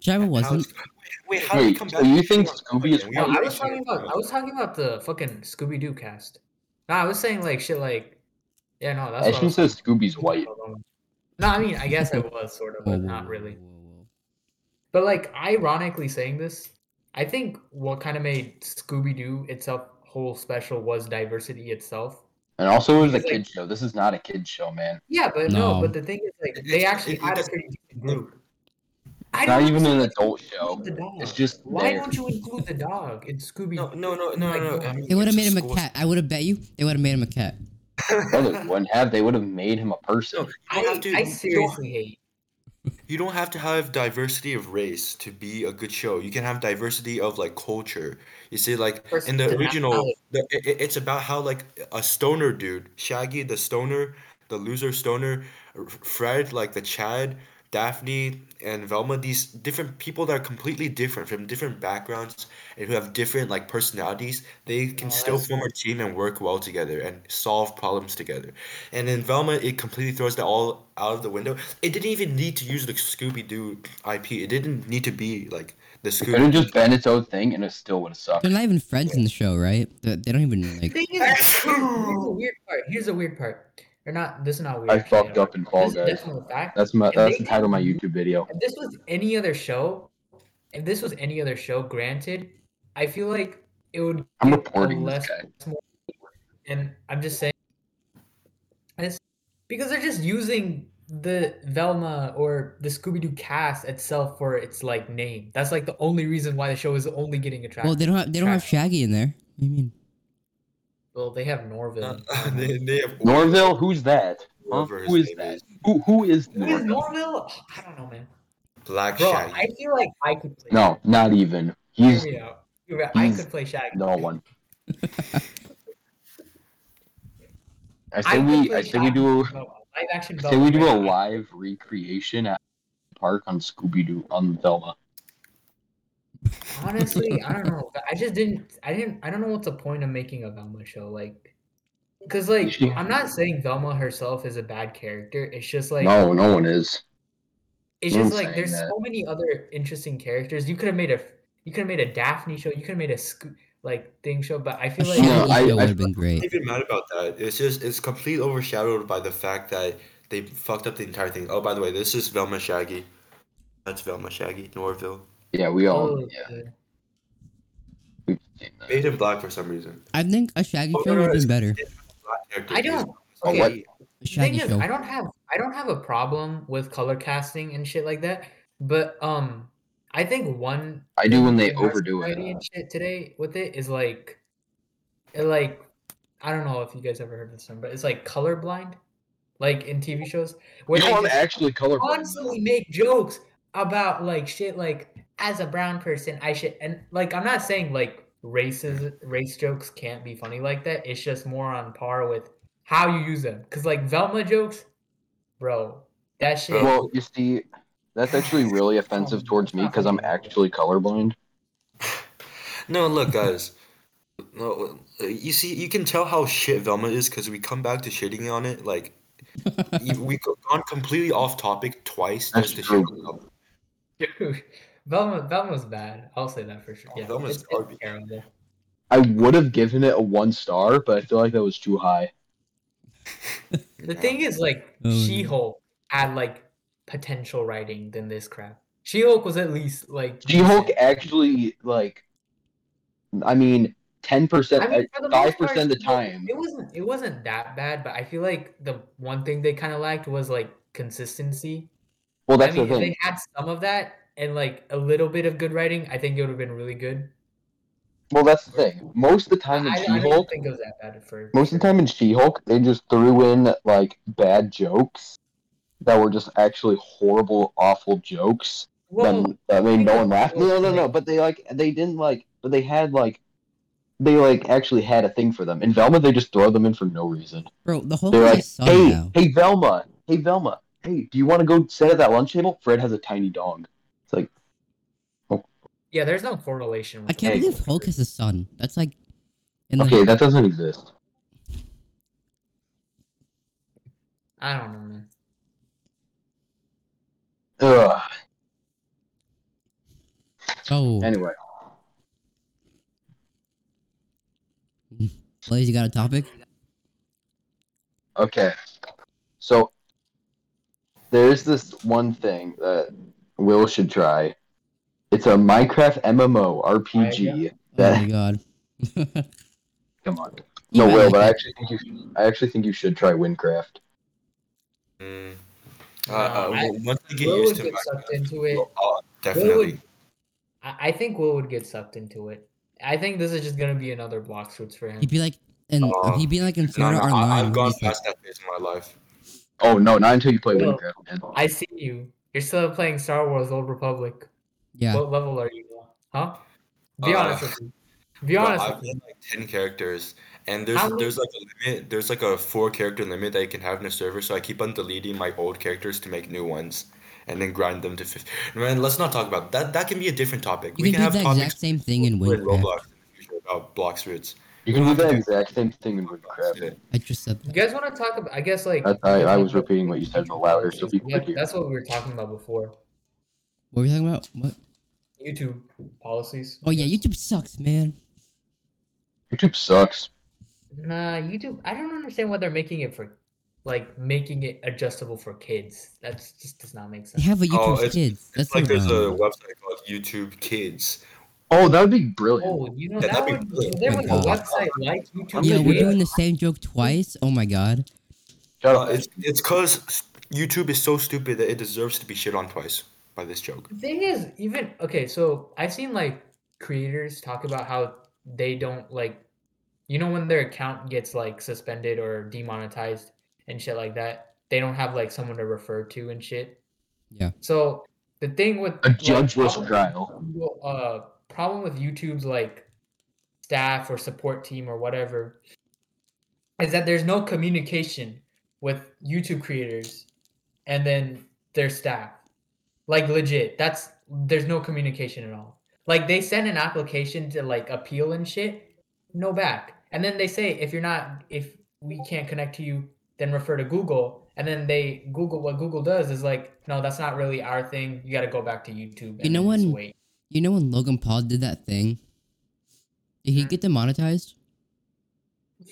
[SPEAKER 3] Java wasn't.
[SPEAKER 1] How's- wait, how do you
[SPEAKER 4] Wait,
[SPEAKER 1] come
[SPEAKER 4] so
[SPEAKER 1] back?
[SPEAKER 4] you
[SPEAKER 1] to
[SPEAKER 4] think
[SPEAKER 1] Velma?
[SPEAKER 4] Scooby is
[SPEAKER 1] We
[SPEAKER 2] No,
[SPEAKER 1] already
[SPEAKER 2] I
[SPEAKER 4] white?
[SPEAKER 2] was
[SPEAKER 1] showed
[SPEAKER 2] talking about I
[SPEAKER 1] Velma.
[SPEAKER 2] was talking about the fucking Scooby Doo cast. No, I was saying like shit like yeah no that's what I
[SPEAKER 4] Ashton
[SPEAKER 2] was
[SPEAKER 4] says Scooby's
[SPEAKER 2] talking
[SPEAKER 4] white.
[SPEAKER 2] about. No, I mean I guess I was sort of,
[SPEAKER 3] Whoa,
[SPEAKER 2] but
[SPEAKER 3] whoa,
[SPEAKER 2] not
[SPEAKER 3] whoa,
[SPEAKER 2] really.
[SPEAKER 3] whoa, whoa.
[SPEAKER 2] But like ironically saying this, I think what kind of made Scooby Doo itself whole special was diversity itself.
[SPEAKER 4] And also, it was a
[SPEAKER 2] He's like-
[SPEAKER 4] kid show. This is not a kid show, man.
[SPEAKER 2] Yeah, but no,
[SPEAKER 3] No.
[SPEAKER 2] but the thing is like
[SPEAKER 1] It-
[SPEAKER 2] they
[SPEAKER 1] it's-
[SPEAKER 2] actually
[SPEAKER 1] it- it
[SPEAKER 2] had a
[SPEAKER 1] doesn't-
[SPEAKER 2] pretty decent group. I
[SPEAKER 4] Not
[SPEAKER 2] don't
[SPEAKER 4] even an
[SPEAKER 2] understand why
[SPEAKER 4] adult show.
[SPEAKER 2] you include the
[SPEAKER 4] It's
[SPEAKER 2] dog.
[SPEAKER 4] just
[SPEAKER 2] why
[SPEAKER 4] there.
[SPEAKER 2] don't you include the dog in Scooby?
[SPEAKER 1] No, no, no, no,
[SPEAKER 2] Like,
[SPEAKER 1] no.
[SPEAKER 2] no.
[SPEAKER 1] I mean,
[SPEAKER 3] They would have
[SPEAKER 1] it's
[SPEAKER 3] made him a
[SPEAKER 1] school-
[SPEAKER 3] cat. I would have bet you they would have made him a cat.
[SPEAKER 4] No, they wouldn't have. They would have made him a person.
[SPEAKER 1] No, you don't
[SPEAKER 2] I,
[SPEAKER 1] have to.
[SPEAKER 2] I
[SPEAKER 1] you don't-
[SPEAKER 2] seriously hate.
[SPEAKER 1] You don't have to have diversity of race to be a good show. You can have diversity of like culture. You see, like in the
[SPEAKER 2] Person's
[SPEAKER 1] original,
[SPEAKER 2] nationality.
[SPEAKER 1] the, i i- it's about how like a stoner dude, Shaggy the stoner, the loser stoner, R- Fred like the Chad, Daphne and Velma. These different people that are completely different from different backgrounds and who have different like personalities. They can
[SPEAKER 2] Oh,
[SPEAKER 1] still
[SPEAKER 2] that's
[SPEAKER 1] form a team and work well together and solve problems together. And in Velma, it completely throws that all out of the window. It didn't even need to use the Scooby Doo IP. It didn't need to be like the
[SPEAKER 4] It could have
[SPEAKER 1] Scooby.
[SPEAKER 4] just been its own thing, and it still would have sucked.
[SPEAKER 3] They're not even friends in the show, right? They, they don't even
[SPEAKER 2] The
[SPEAKER 3] like.
[SPEAKER 2] thing is, here's, here's the weird part. Here's the weird part. Or not. This is not weird.
[SPEAKER 4] I
[SPEAKER 2] actually,
[SPEAKER 4] fucked up in
[SPEAKER 2] This
[SPEAKER 4] Fall
[SPEAKER 2] is
[SPEAKER 4] Guys.
[SPEAKER 2] definitely a fact.
[SPEAKER 4] That's my.
[SPEAKER 2] If
[SPEAKER 4] That's
[SPEAKER 2] they
[SPEAKER 4] the title of my
[SPEAKER 2] didn't-
[SPEAKER 4] YouTube video.
[SPEAKER 2] If this was any other show, if this was any other show, granted, I feel like it would
[SPEAKER 4] I'm
[SPEAKER 2] get a
[SPEAKER 4] reporting this
[SPEAKER 2] less
[SPEAKER 4] guy.
[SPEAKER 2] and I'm just saying this because they're just using the Velma or the Scooby Doo cast itself for its like name. That's like the only reason why the show is only getting attracted.
[SPEAKER 3] Well, they don't have they don't have Shaggy in there. What do you mean?
[SPEAKER 2] Well, they have Norville. I don't know.
[SPEAKER 1] Uh, they, they have
[SPEAKER 4] Norville, who's that? Huh?
[SPEAKER 1] Whoever
[SPEAKER 4] Who
[SPEAKER 1] his
[SPEAKER 4] is
[SPEAKER 1] name
[SPEAKER 4] that?
[SPEAKER 1] is.
[SPEAKER 4] Who who is
[SPEAKER 2] Who is
[SPEAKER 4] Norville?
[SPEAKER 2] Norville? I don't know, man.
[SPEAKER 1] Black
[SPEAKER 2] Bro,
[SPEAKER 1] Shaggy.
[SPEAKER 2] I feel like I could play.
[SPEAKER 4] No, not even.
[SPEAKER 2] Hear
[SPEAKER 4] He's
[SPEAKER 2] me out. Hear me out. I
[SPEAKER 4] he's-
[SPEAKER 2] could play Shaggy.
[SPEAKER 4] no one. I
[SPEAKER 2] I
[SPEAKER 4] say
[SPEAKER 2] could
[SPEAKER 4] we.
[SPEAKER 2] play
[SPEAKER 4] I say we
[SPEAKER 2] Shaggy.
[SPEAKER 4] do.
[SPEAKER 2] No, live action
[SPEAKER 4] Say we
[SPEAKER 2] Velma
[SPEAKER 4] do a
[SPEAKER 2] right now.
[SPEAKER 4] live recreation at the park on Scooby Doo on Velma.
[SPEAKER 2] Honestly, I don't know. I just didn't. I didn't. I don't know what's the point of making a Velma show. Like, because like
[SPEAKER 4] She-
[SPEAKER 2] I'm not saying Velma herself is a bad character. It's just like
[SPEAKER 4] no, no one is.
[SPEAKER 2] it's
[SPEAKER 4] I'm
[SPEAKER 2] just like
[SPEAKER 4] saying
[SPEAKER 2] there's
[SPEAKER 4] that-
[SPEAKER 2] so many other interesting characters. You could have made a. You could have made a Daphne show. You could have made a Sco- like thing show. But I
[SPEAKER 3] A
[SPEAKER 2] feel like
[SPEAKER 4] No,
[SPEAKER 3] Shaggy
[SPEAKER 4] I-
[SPEAKER 3] show
[SPEAKER 4] I-
[SPEAKER 3] would have been
[SPEAKER 1] I'm not
[SPEAKER 3] great.
[SPEAKER 1] even mad about that. It's just it's completely overshadowed by the fact that they fucked up the entire thing. Oh, by the way, this is Velma Shaggy. That's Velma Shaggy Norville.
[SPEAKER 4] Yeah, we all.
[SPEAKER 2] oh,
[SPEAKER 4] Yeah,
[SPEAKER 2] uh,
[SPEAKER 4] we've seen that.
[SPEAKER 1] Made him black for some reason.
[SPEAKER 3] I think a Shaggy
[SPEAKER 1] Oh, no,
[SPEAKER 3] show
[SPEAKER 1] no,
[SPEAKER 3] would have
[SPEAKER 1] it's-
[SPEAKER 3] been better.
[SPEAKER 1] Black character
[SPEAKER 2] I
[SPEAKER 1] is-
[SPEAKER 2] don't.
[SPEAKER 4] Oh,
[SPEAKER 2] Okay,
[SPEAKER 4] what?
[SPEAKER 3] A
[SPEAKER 2] The thing
[SPEAKER 3] Shaggy
[SPEAKER 2] is,
[SPEAKER 3] show.
[SPEAKER 2] I don't have I don't have a problem with color casting and shit like that, but um, I think one
[SPEAKER 4] I do
[SPEAKER 2] thing
[SPEAKER 4] when they
[SPEAKER 2] in our
[SPEAKER 4] overdo it,
[SPEAKER 2] society
[SPEAKER 4] uh,
[SPEAKER 2] and shit today with it is like, it like I don't know if you guys ever heard this term, but it's like colorblind, like in TV shows where
[SPEAKER 4] No,
[SPEAKER 2] they
[SPEAKER 4] I'm
[SPEAKER 2] just
[SPEAKER 4] actually colorblind.
[SPEAKER 2] constantly make jokes about like shit like as a brown person I should and like I'm not saying like races race jokes can't be funny like that. It's just more on par with how you use them. Cause like Velma jokes, bro, that shit.
[SPEAKER 4] Well, you see, that's actually really offensive towards me because I'm actually colorblind.
[SPEAKER 1] No, look, guys. No, uh, you see, you can tell how shit Velma is because we come back to shitting on it. Like, you- we go- gone completely off topic twice
[SPEAKER 4] That's
[SPEAKER 1] just to
[SPEAKER 4] true.
[SPEAKER 1] shit on Velma.
[SPEAKER 2] dude, Velma Velma's bad. I'll say that for sure.
[SPEAKER 1] Oh,
[SPEAKER 2] Yeah,
[SPEAKER 1] Velma's
[SPEAKER 2] it's, it's
[SPEAKER 1] garbage.
[SPEAKER 2] terrible.
[SPEAKER 4] I would have given it a one star, but I feel like that was too high.
[SPEAKER 2] The
[SPEAKER 1] Yeah.
[SPEAKER 2] thing is, like,
[SPEAKER 3] Oh, yeah.
[SPEAKER 2] She Hulk had like potential writing than this crap. She Hulk was at least like
[SPEAKER 4] She Hulk
[SPEAKER 2] decent.
[SPEAKER 4] actually like, I mean, ten
[SPEAKER 2] I mean,
[SPEAKER 4] percent, uh,
[SPEAKER 2] for the most
[SPEAKER 4] five
[SPEAKER 2] part,
[SPEAKER 4] percent of the
[SPEAKER 2] it wa-
[SPEAKER 4] time.
[SPEAKER 2] It wasn't it wasn't that bad, but I feel like the one thing they kind of lacked was like consistency.
[SPEAKER 4] Well, that's
[SPEAKER 2] I mean,
[SPEAKER 4] the
[SPEAKER 2] if
[SPEAKER 4] thing.
[SPEAKER 2] they had some of that and like a little bit of good writing, I think it would have been really good.
[SPEAKER 4] Well, that's the thing. Most of the time in
[SPEAKER 2] I, I,
[SPEAKER 4] She
[SPEAKER 2] I don't
[SPEAKER 4] Hulk,
[SPEAKER 2] think it was that bad for
[SPEAKER 4] most of the time in She Hulk, they just threw in like bad jokes that were just actually horrible, awful jokes.
[SPEAKER 2] Well,
[SPEAKER 4] then I mean, no one laughed. No, no, no,
[SPEAKER 2] okay.
[SPEAKER 4] no. But they like they didn't like, but they had like, they like actually had a thing for them. In Velma, they just throw them in for no reason.
[SPEAKER 3] Bro, the whole
[SPEAKER 4] They're
[SPEAKER 3] thing
[SPEAKER 4] like,
[SPEAKER 3] is sub
[SPEAKER 4] hey,
[SPEAKER 3] now.
[SPEAKER 4] hey, Velma, hey, Velma, hey, do you want to go sit at that lunch table? Fred has a tiny dog. It's like
[SPEAKER 2] yeah, there's no correlation. With
[SPEAKER 3] I can't
[SPEAKER 4] Hey.
[SPEAKER 3] believe Hulk has a son. That's like. And
[SPEAKER 4] okay, that doesn't exist.
[SPEAKER 2] I don't know, man.
[SPEAKER 4] Ugh.
[SPEAKER 3] oh,
[SPEAKER 4] Anyway,
[SPEAKER 3] Blaze, you got a topic?
[SPEAKER 4] okay, so there's this one thing that Will should try. It's a Minecraft MMO RPG.
[SPEAKER 3] Oh
[SPEAKER 4] That
[SPEAKER 3] my god.
[SPEAKER 4] come on.
[SPEAKER 3] You
[SPEAKER 4] No,
[SPEAKER 3] might
[SPEAKER 4] Will,
[SPEAKER 3] like
[SPEAKER 4] but I
[SPEAKER 3] it.
[SPEAKER 4] actually think you should, I actually think you should try Windcraft.
[SPEAKER 1] Mm. Uh,
[SPEAKER 2] No,
[SPEAKER 1] uh,
[SPEAKER 2] I-
[SPEAKER 1] well, once I get
[SPEAKER 2] Will
[SPEAKER 1] used
[SPEAKER 2] would
[SPEAKER 1] to
[SPEAKER 2] get sucked into it.
[SPEAKER 1] Minecraft, I'll- definitely.
[SPEAKER 2] I, I think Will would get sucked into it. I think this is just gonna be another block shoots for him.
[SPEAKER 3] He'd be like, and
[SPEAKER 1] Oh.
[SPEAKER 3] he'd be like in
[SPEAKER 1] No,
[SPEAKER 3] Florida
[SPEAKER 1] no, I,
[SPEAKER 3] online.
[SPEAKER 1] I've
[SPEAKER 3] he'd
[SPEAKER 1] gone
[SPEAKER 3] just like,
[SPEAKER 1] past that phase in my life.
[SPEAKER 4] Oh no, not until you play
[SPEAKER 2] Well,
[SPEAKER 4] Windcraft. Man.
[SPEAKER 2] I see you. You're still playing Star Wars Old Republic.
[SPEAKER 3] yeah.
[SPEAKER 2] What level are you on? Huh? Be
[SPEAKER 1] Uh,
[SPEAKER 2] honest with me. Be
[SPEAKER 1] Bro,
[SPEAKER 2] honest
[SPEAKER 1] I've
[SPEAKER 2] with me.
[SPEAKER 1] played like ten characters, and there's
[SPEAKER 2] How many-
[SPEAKER 1] there's like a limit. There's like a four character limit that you can have in a server. So I keep on deleting my old characters to make new ones, and then grind them to fifty. Man, let's not talk about that. That can be a different topic.
[SPEAKER 3] You
[SPEAKER 1] we
[SPEAKER 3] can,
[SPEAKER 1] can have
[SPEAKER 3] do the
[SPEAKER 1] topics
[SPEAKER 3] exact same thing in
[SPEAKER 1] with
[SPEAKER 3] Minecraft.
[SPEAKER 1] Roblox in the future about blocks roots.
[SPEAKER 4] You can do the exact same thing in Windcraft.
[SPEAKER 3] I just said
[SPEAKER 2] You
[SPEAKER 3] that.
[SPEAKER 2] guys want to talk about? I guess like
[SPEAKER 4] That's, I, I was
[SPEAKER 2] Yeah,
[SPEAKER 4] repeating what you said in the louder, so people could hear.
[SPEAKER 2] that's what we were talking about before.
[SPEAKER 3] What were we talking about? What?
[SPEAKER 2] YouTube policies.
[SPEAKER 3] Oh yeah, YouTube sucks, man.
[SPEAKER 4] YouTube sucks.
[SPEAKER 2] Nah, YouTube. I don't understand why they're making it for, like, making it adjustable for kids. That just does not make
[SPEAKER 3] They
[SPEAKER 2] sense.
[SPEAKER 3] have a
[SPEAKER 1] Oh,
[SPEAKER 3] YouTube
[SPEAKER 1] it's-
[SPEAKER 3] Kids. That's
[SPEAKER 1] It's like there's a
[SPEAKER 3] wrong.
[SPEAKER 1] website called YouTube Kids.
[SPEAKER 4] Oh, that would be brilliant.
[SPEAKER 2] Oh, you know
[SPEAKER 1] Yeah,
[SPEAKER 2] that
[SPEAKER 1] that'd be
[SPEAKER 2] would.
[SPEAKER 1] good.
[SPEAKER 2] if There
[SPEAKER 3] Oh my
[SPEAKER 2] was a
[SPEAKER 3] God.
[SPEAKER 2] website like YouTube.
[SPEAKER 3] Yeah, we're
[SPEAKER 2] Kids,
[SPEAKER 3] doing the same joke twice. Oh my god.
[SPEAKER 4] Shut
[SPEAKER 1] Uh,
[SPEAKER 4] up.
[SPEAKER 1] it's it's cause YouTube is so stupid that it deserves to be shit on twice by this joke.
[SPEAKER 2] The thing is, even okay, so I've seen like creators talk about how they don't like, you know, when their account gets like suspended or demonetized and shit like that, they don't have like someone to refer to and shit.
[SPEAKER 3] Yeah.
[SPEAKER 2] So the thing with
[SPEAKER 4] A
[SPEAKER 2] like,
[SPEAKER 4] judgeless
[SPEAKER 2] problem-
[SPEAKER 4] trial.
[SPEAKER 2] well, uh problem with YouTube's like staff or support team or whatever is that there's no communication with YouTube creators and then their staff. Like legit, that's there's no communication at all. Like they send an application to like appeal and shit, no back. And then they say if you're not if we can't connect to you, then refer to Google. And then they Google what Google does is like, no, that's not really our thing. You got to go back to YouTube.
[SPEAKER 3] You know
[SPEAKER 2] and just
[SPEAKER 3] when-
[SPEAKER 2] Wait.
[SPEAKER 3] You know when Logan Paul did that thing? Did he
[SPEAKER 1] Hmm?
[SPEAKER 2] Mhm.
[SPEAKER 3] get demonetized?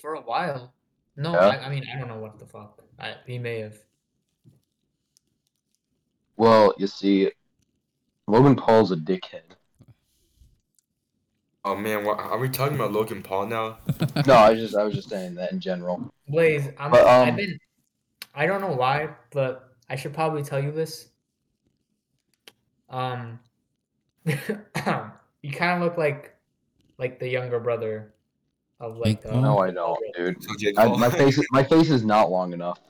[SPEAKER 2] for a while. No,
[SPEAKER 4] Yeah.
[SPEAKER 2] I, I mean I don't know what the fuck. I, he may have.
[SPEAKER 4] Well, you see, Logan Paul's a dickhead.
[SPEAKER 1] Oh man, what, are we talking about Logan Paul now?
[SPEAKER 4] No, I was just I was just saying that in general.
[SPEAKER 2] Blaze, I'm,
[SPEAKER 4] But, um,
[SPEAKER 2] I've been. I don't know why, but I should probably tell you this. Um, you kind of look like, like the younger brother, of like uh, the.
[SPEAKER 3] Like,
[SPEAKER 4] No, I don't, dude.
[SPEAKER 1] Subject
[SPEAKER 4] I,
[SPEAKER 1] Paul.
[SPEAKER 4] my face my face is not long enough.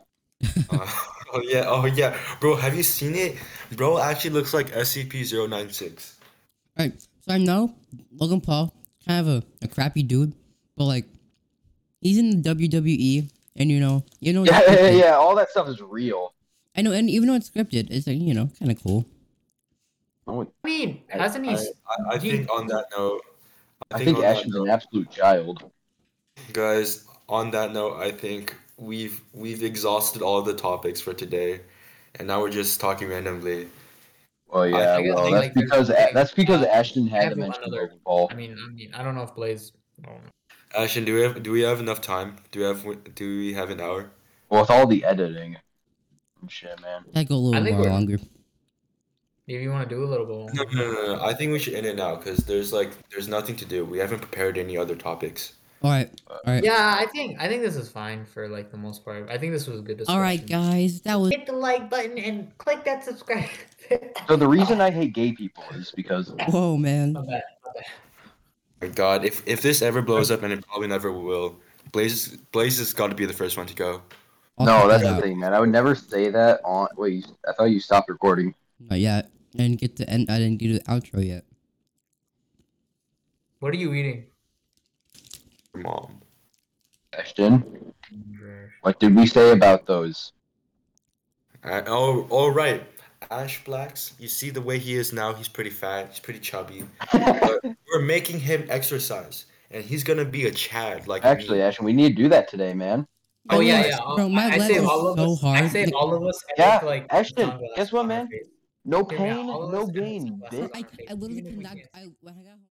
[SPEAKER 1] Uh, oh yeah, oh yeah, bro. Have you seen it? Bro actually looks like SCP-096.
[SPEAKER 3] Alright, so I know Logan Paul, kind of a, a crappy dude, but like he's in the WWE and you know you know it's
[SPEAKER 4] Yeah, yeah,
[SPEAKER 3] scripted.
[SPEAKER 4] yeah. All that stuff is real.
[SPEAKER 3] I know and even though it's scripted, it's like, you know, kinda cool.
[SPEAKER 4] No,
[SPEAKER 2] I mean,
[SPEAKER 4] I-
[SPEAKER 2] hasn't he?
[SPEAKER 4] I-
[SPEAKER 2] s-
[SPEAKER 1] I, I
[SPEAKER 2] He-
[SPEAKER 1] think on that note,
[SPEAKER 4] I think
[SPEAKER 1] on that
[SPEAKER 4] Ashton's
[SPEAKER 1] note-
[SPEAKER 4] an absolute child.
[SPEAKER 1] Guys, on that note, I think we've we've exhausted all the topics for today, and now we're just talking randomly.
[SPEAKER 4] Well, yeah,
[SPEAKER 2] think- I
[SPEAKER 4] well,
[SPEAKER 2] think,
[SPEAKER 4] that's
[SPEAKER 2] like, there's
[SPEAKER 4] because
[SPEAKER 2] something-
[SPEAKER 4] that's because
[SPEAKER 2] uh,
[SPEAKER 4] Ashton
[SPEAKER 2] I
[SPEAKER 4] had
[SPEAKER 2] have
[SPEAKER 4] to
[SPEAKER 2] one
[SPEAKER 4] mention
[SPEAKER 2] other-
[SPEAKER 4] Logan Paul.
[SPEAKER 2] I mean, I mean, I don't know if Blaze. I don't know.
[SPEAKER 1] Ashton, do we have do we have enough time? Do we have do we have an hour?
[SPEAKER 4] Well, with all the editing, and shit, man.
[SPEAKER 3] That go a
[SPEAKER 2] I
[SPEAKER 3] little
[SPEAKER 2] think
[SPEAKER 3] more
[SPEAKER 2] we're-
[SPEAKER 3] longer.
[SPEAKER 2] If you want to do a little bit.
[SPEAKER 1] No,
[SPEAKER 2] longer.
[SPEAKER 1] no, no, no. I think we should end it now because there's like there's nothing to do. We haven't prepared any other topics.
[SPEAKER 3] Alright. Alright.
[SPEAKER 2] Yeah, I think I think this is fine for like the most part. I think this was a good discussion.
[SPEAKER 3] Alright guys, that was
[SPEAKER 2] Hit the like button and click that subscribe.
[SPEAKER 4] So the reason I hate gay people is because
[SPEAKER 3] Whoa man.
[SPEAKER 2] My bad.
[SPEAKER 1] My God, if if this ever blows up, and it probably never will, Blaze Blaze has got to be the first one to go.
[SPEAKER 3] I'll
[SPEAKER 4] no,
[SPEAKER 3] cut
[SPEAKER 4] that's
[SPEAKER 3] that
[SPEAKER 4] the
[SPEAKER 3] out.
[SPEAKER 4] thing, man. I would never say that on. Wait, you- I thought you stopped recording.
[SPEAKER 3] Not yet. I didn't get the end I didn't do the outro yet.
[SPEAKER 2] What are you eating?
[SPEAKER 1] Your mom.
[SPEAKER 4] Ashton, what did we say about those?
[SPEAKER 1] Uh, oh, all right. Ash Blacks, you see the way he is now. He's pretty fat. He's pretty chubby. But we're making him exercise, and he's gonna be a Chad like
[SPEAKER 4] Actually,
[SPEAKER 1] me.
[SPEAKER 4] Ashton, we need do that today, man.
[SPEAKER 2] Oh
[SPEAKER 1] My
[SPEAKER 2] yeah,
[SPEAKER 1] legs-
[SPEAKER 2] yeah. I'll-
[SPEAKER 3] bro, my
[SPEAKER 2] I, I
[SPEAKER 3] legs
[SPEAKER 2] save
[SPEAKER 3] are
[SPEAKER 2] all of
[SPEAKER 3] so
[SPEAKER 2] us. I
[SPEAKER 3] hard.
[SPEAKER 2] save
[SPEAKER 3] Like-
[SPEAKER 2] all of us. And
[SPEAKER 4] Yeah,
[SPEAKER 2] make, like,
[SPEAKER 4] Ashton,
[SPEAKER 2] sunglasses
[SPEAKER 4] guess what,
[SPEAKER 2] on our
[SPEAKER 4] man?
[SPEAKER 2] face.
[SPEAKER 4] No
[SPEAKER 2] Yeah, man,
[SPEAKER 4] pain,
[SPEAKER 2] all of
[SPEAKER 4] no
[SPEAKER 2] us-
[SPEAKER 4] gain,
[SPEAKER 2] Bro,
[SPEAKER 4] bitch.
[SPEAKER 3] I, I literally
[SPEAKER 2] Even if
[SPEAKER 3] could
[SPEAKER 2] we
[SPEAKER 3] not
[SPEAKER 2] can't.
[SPEAKER 3] I when I got home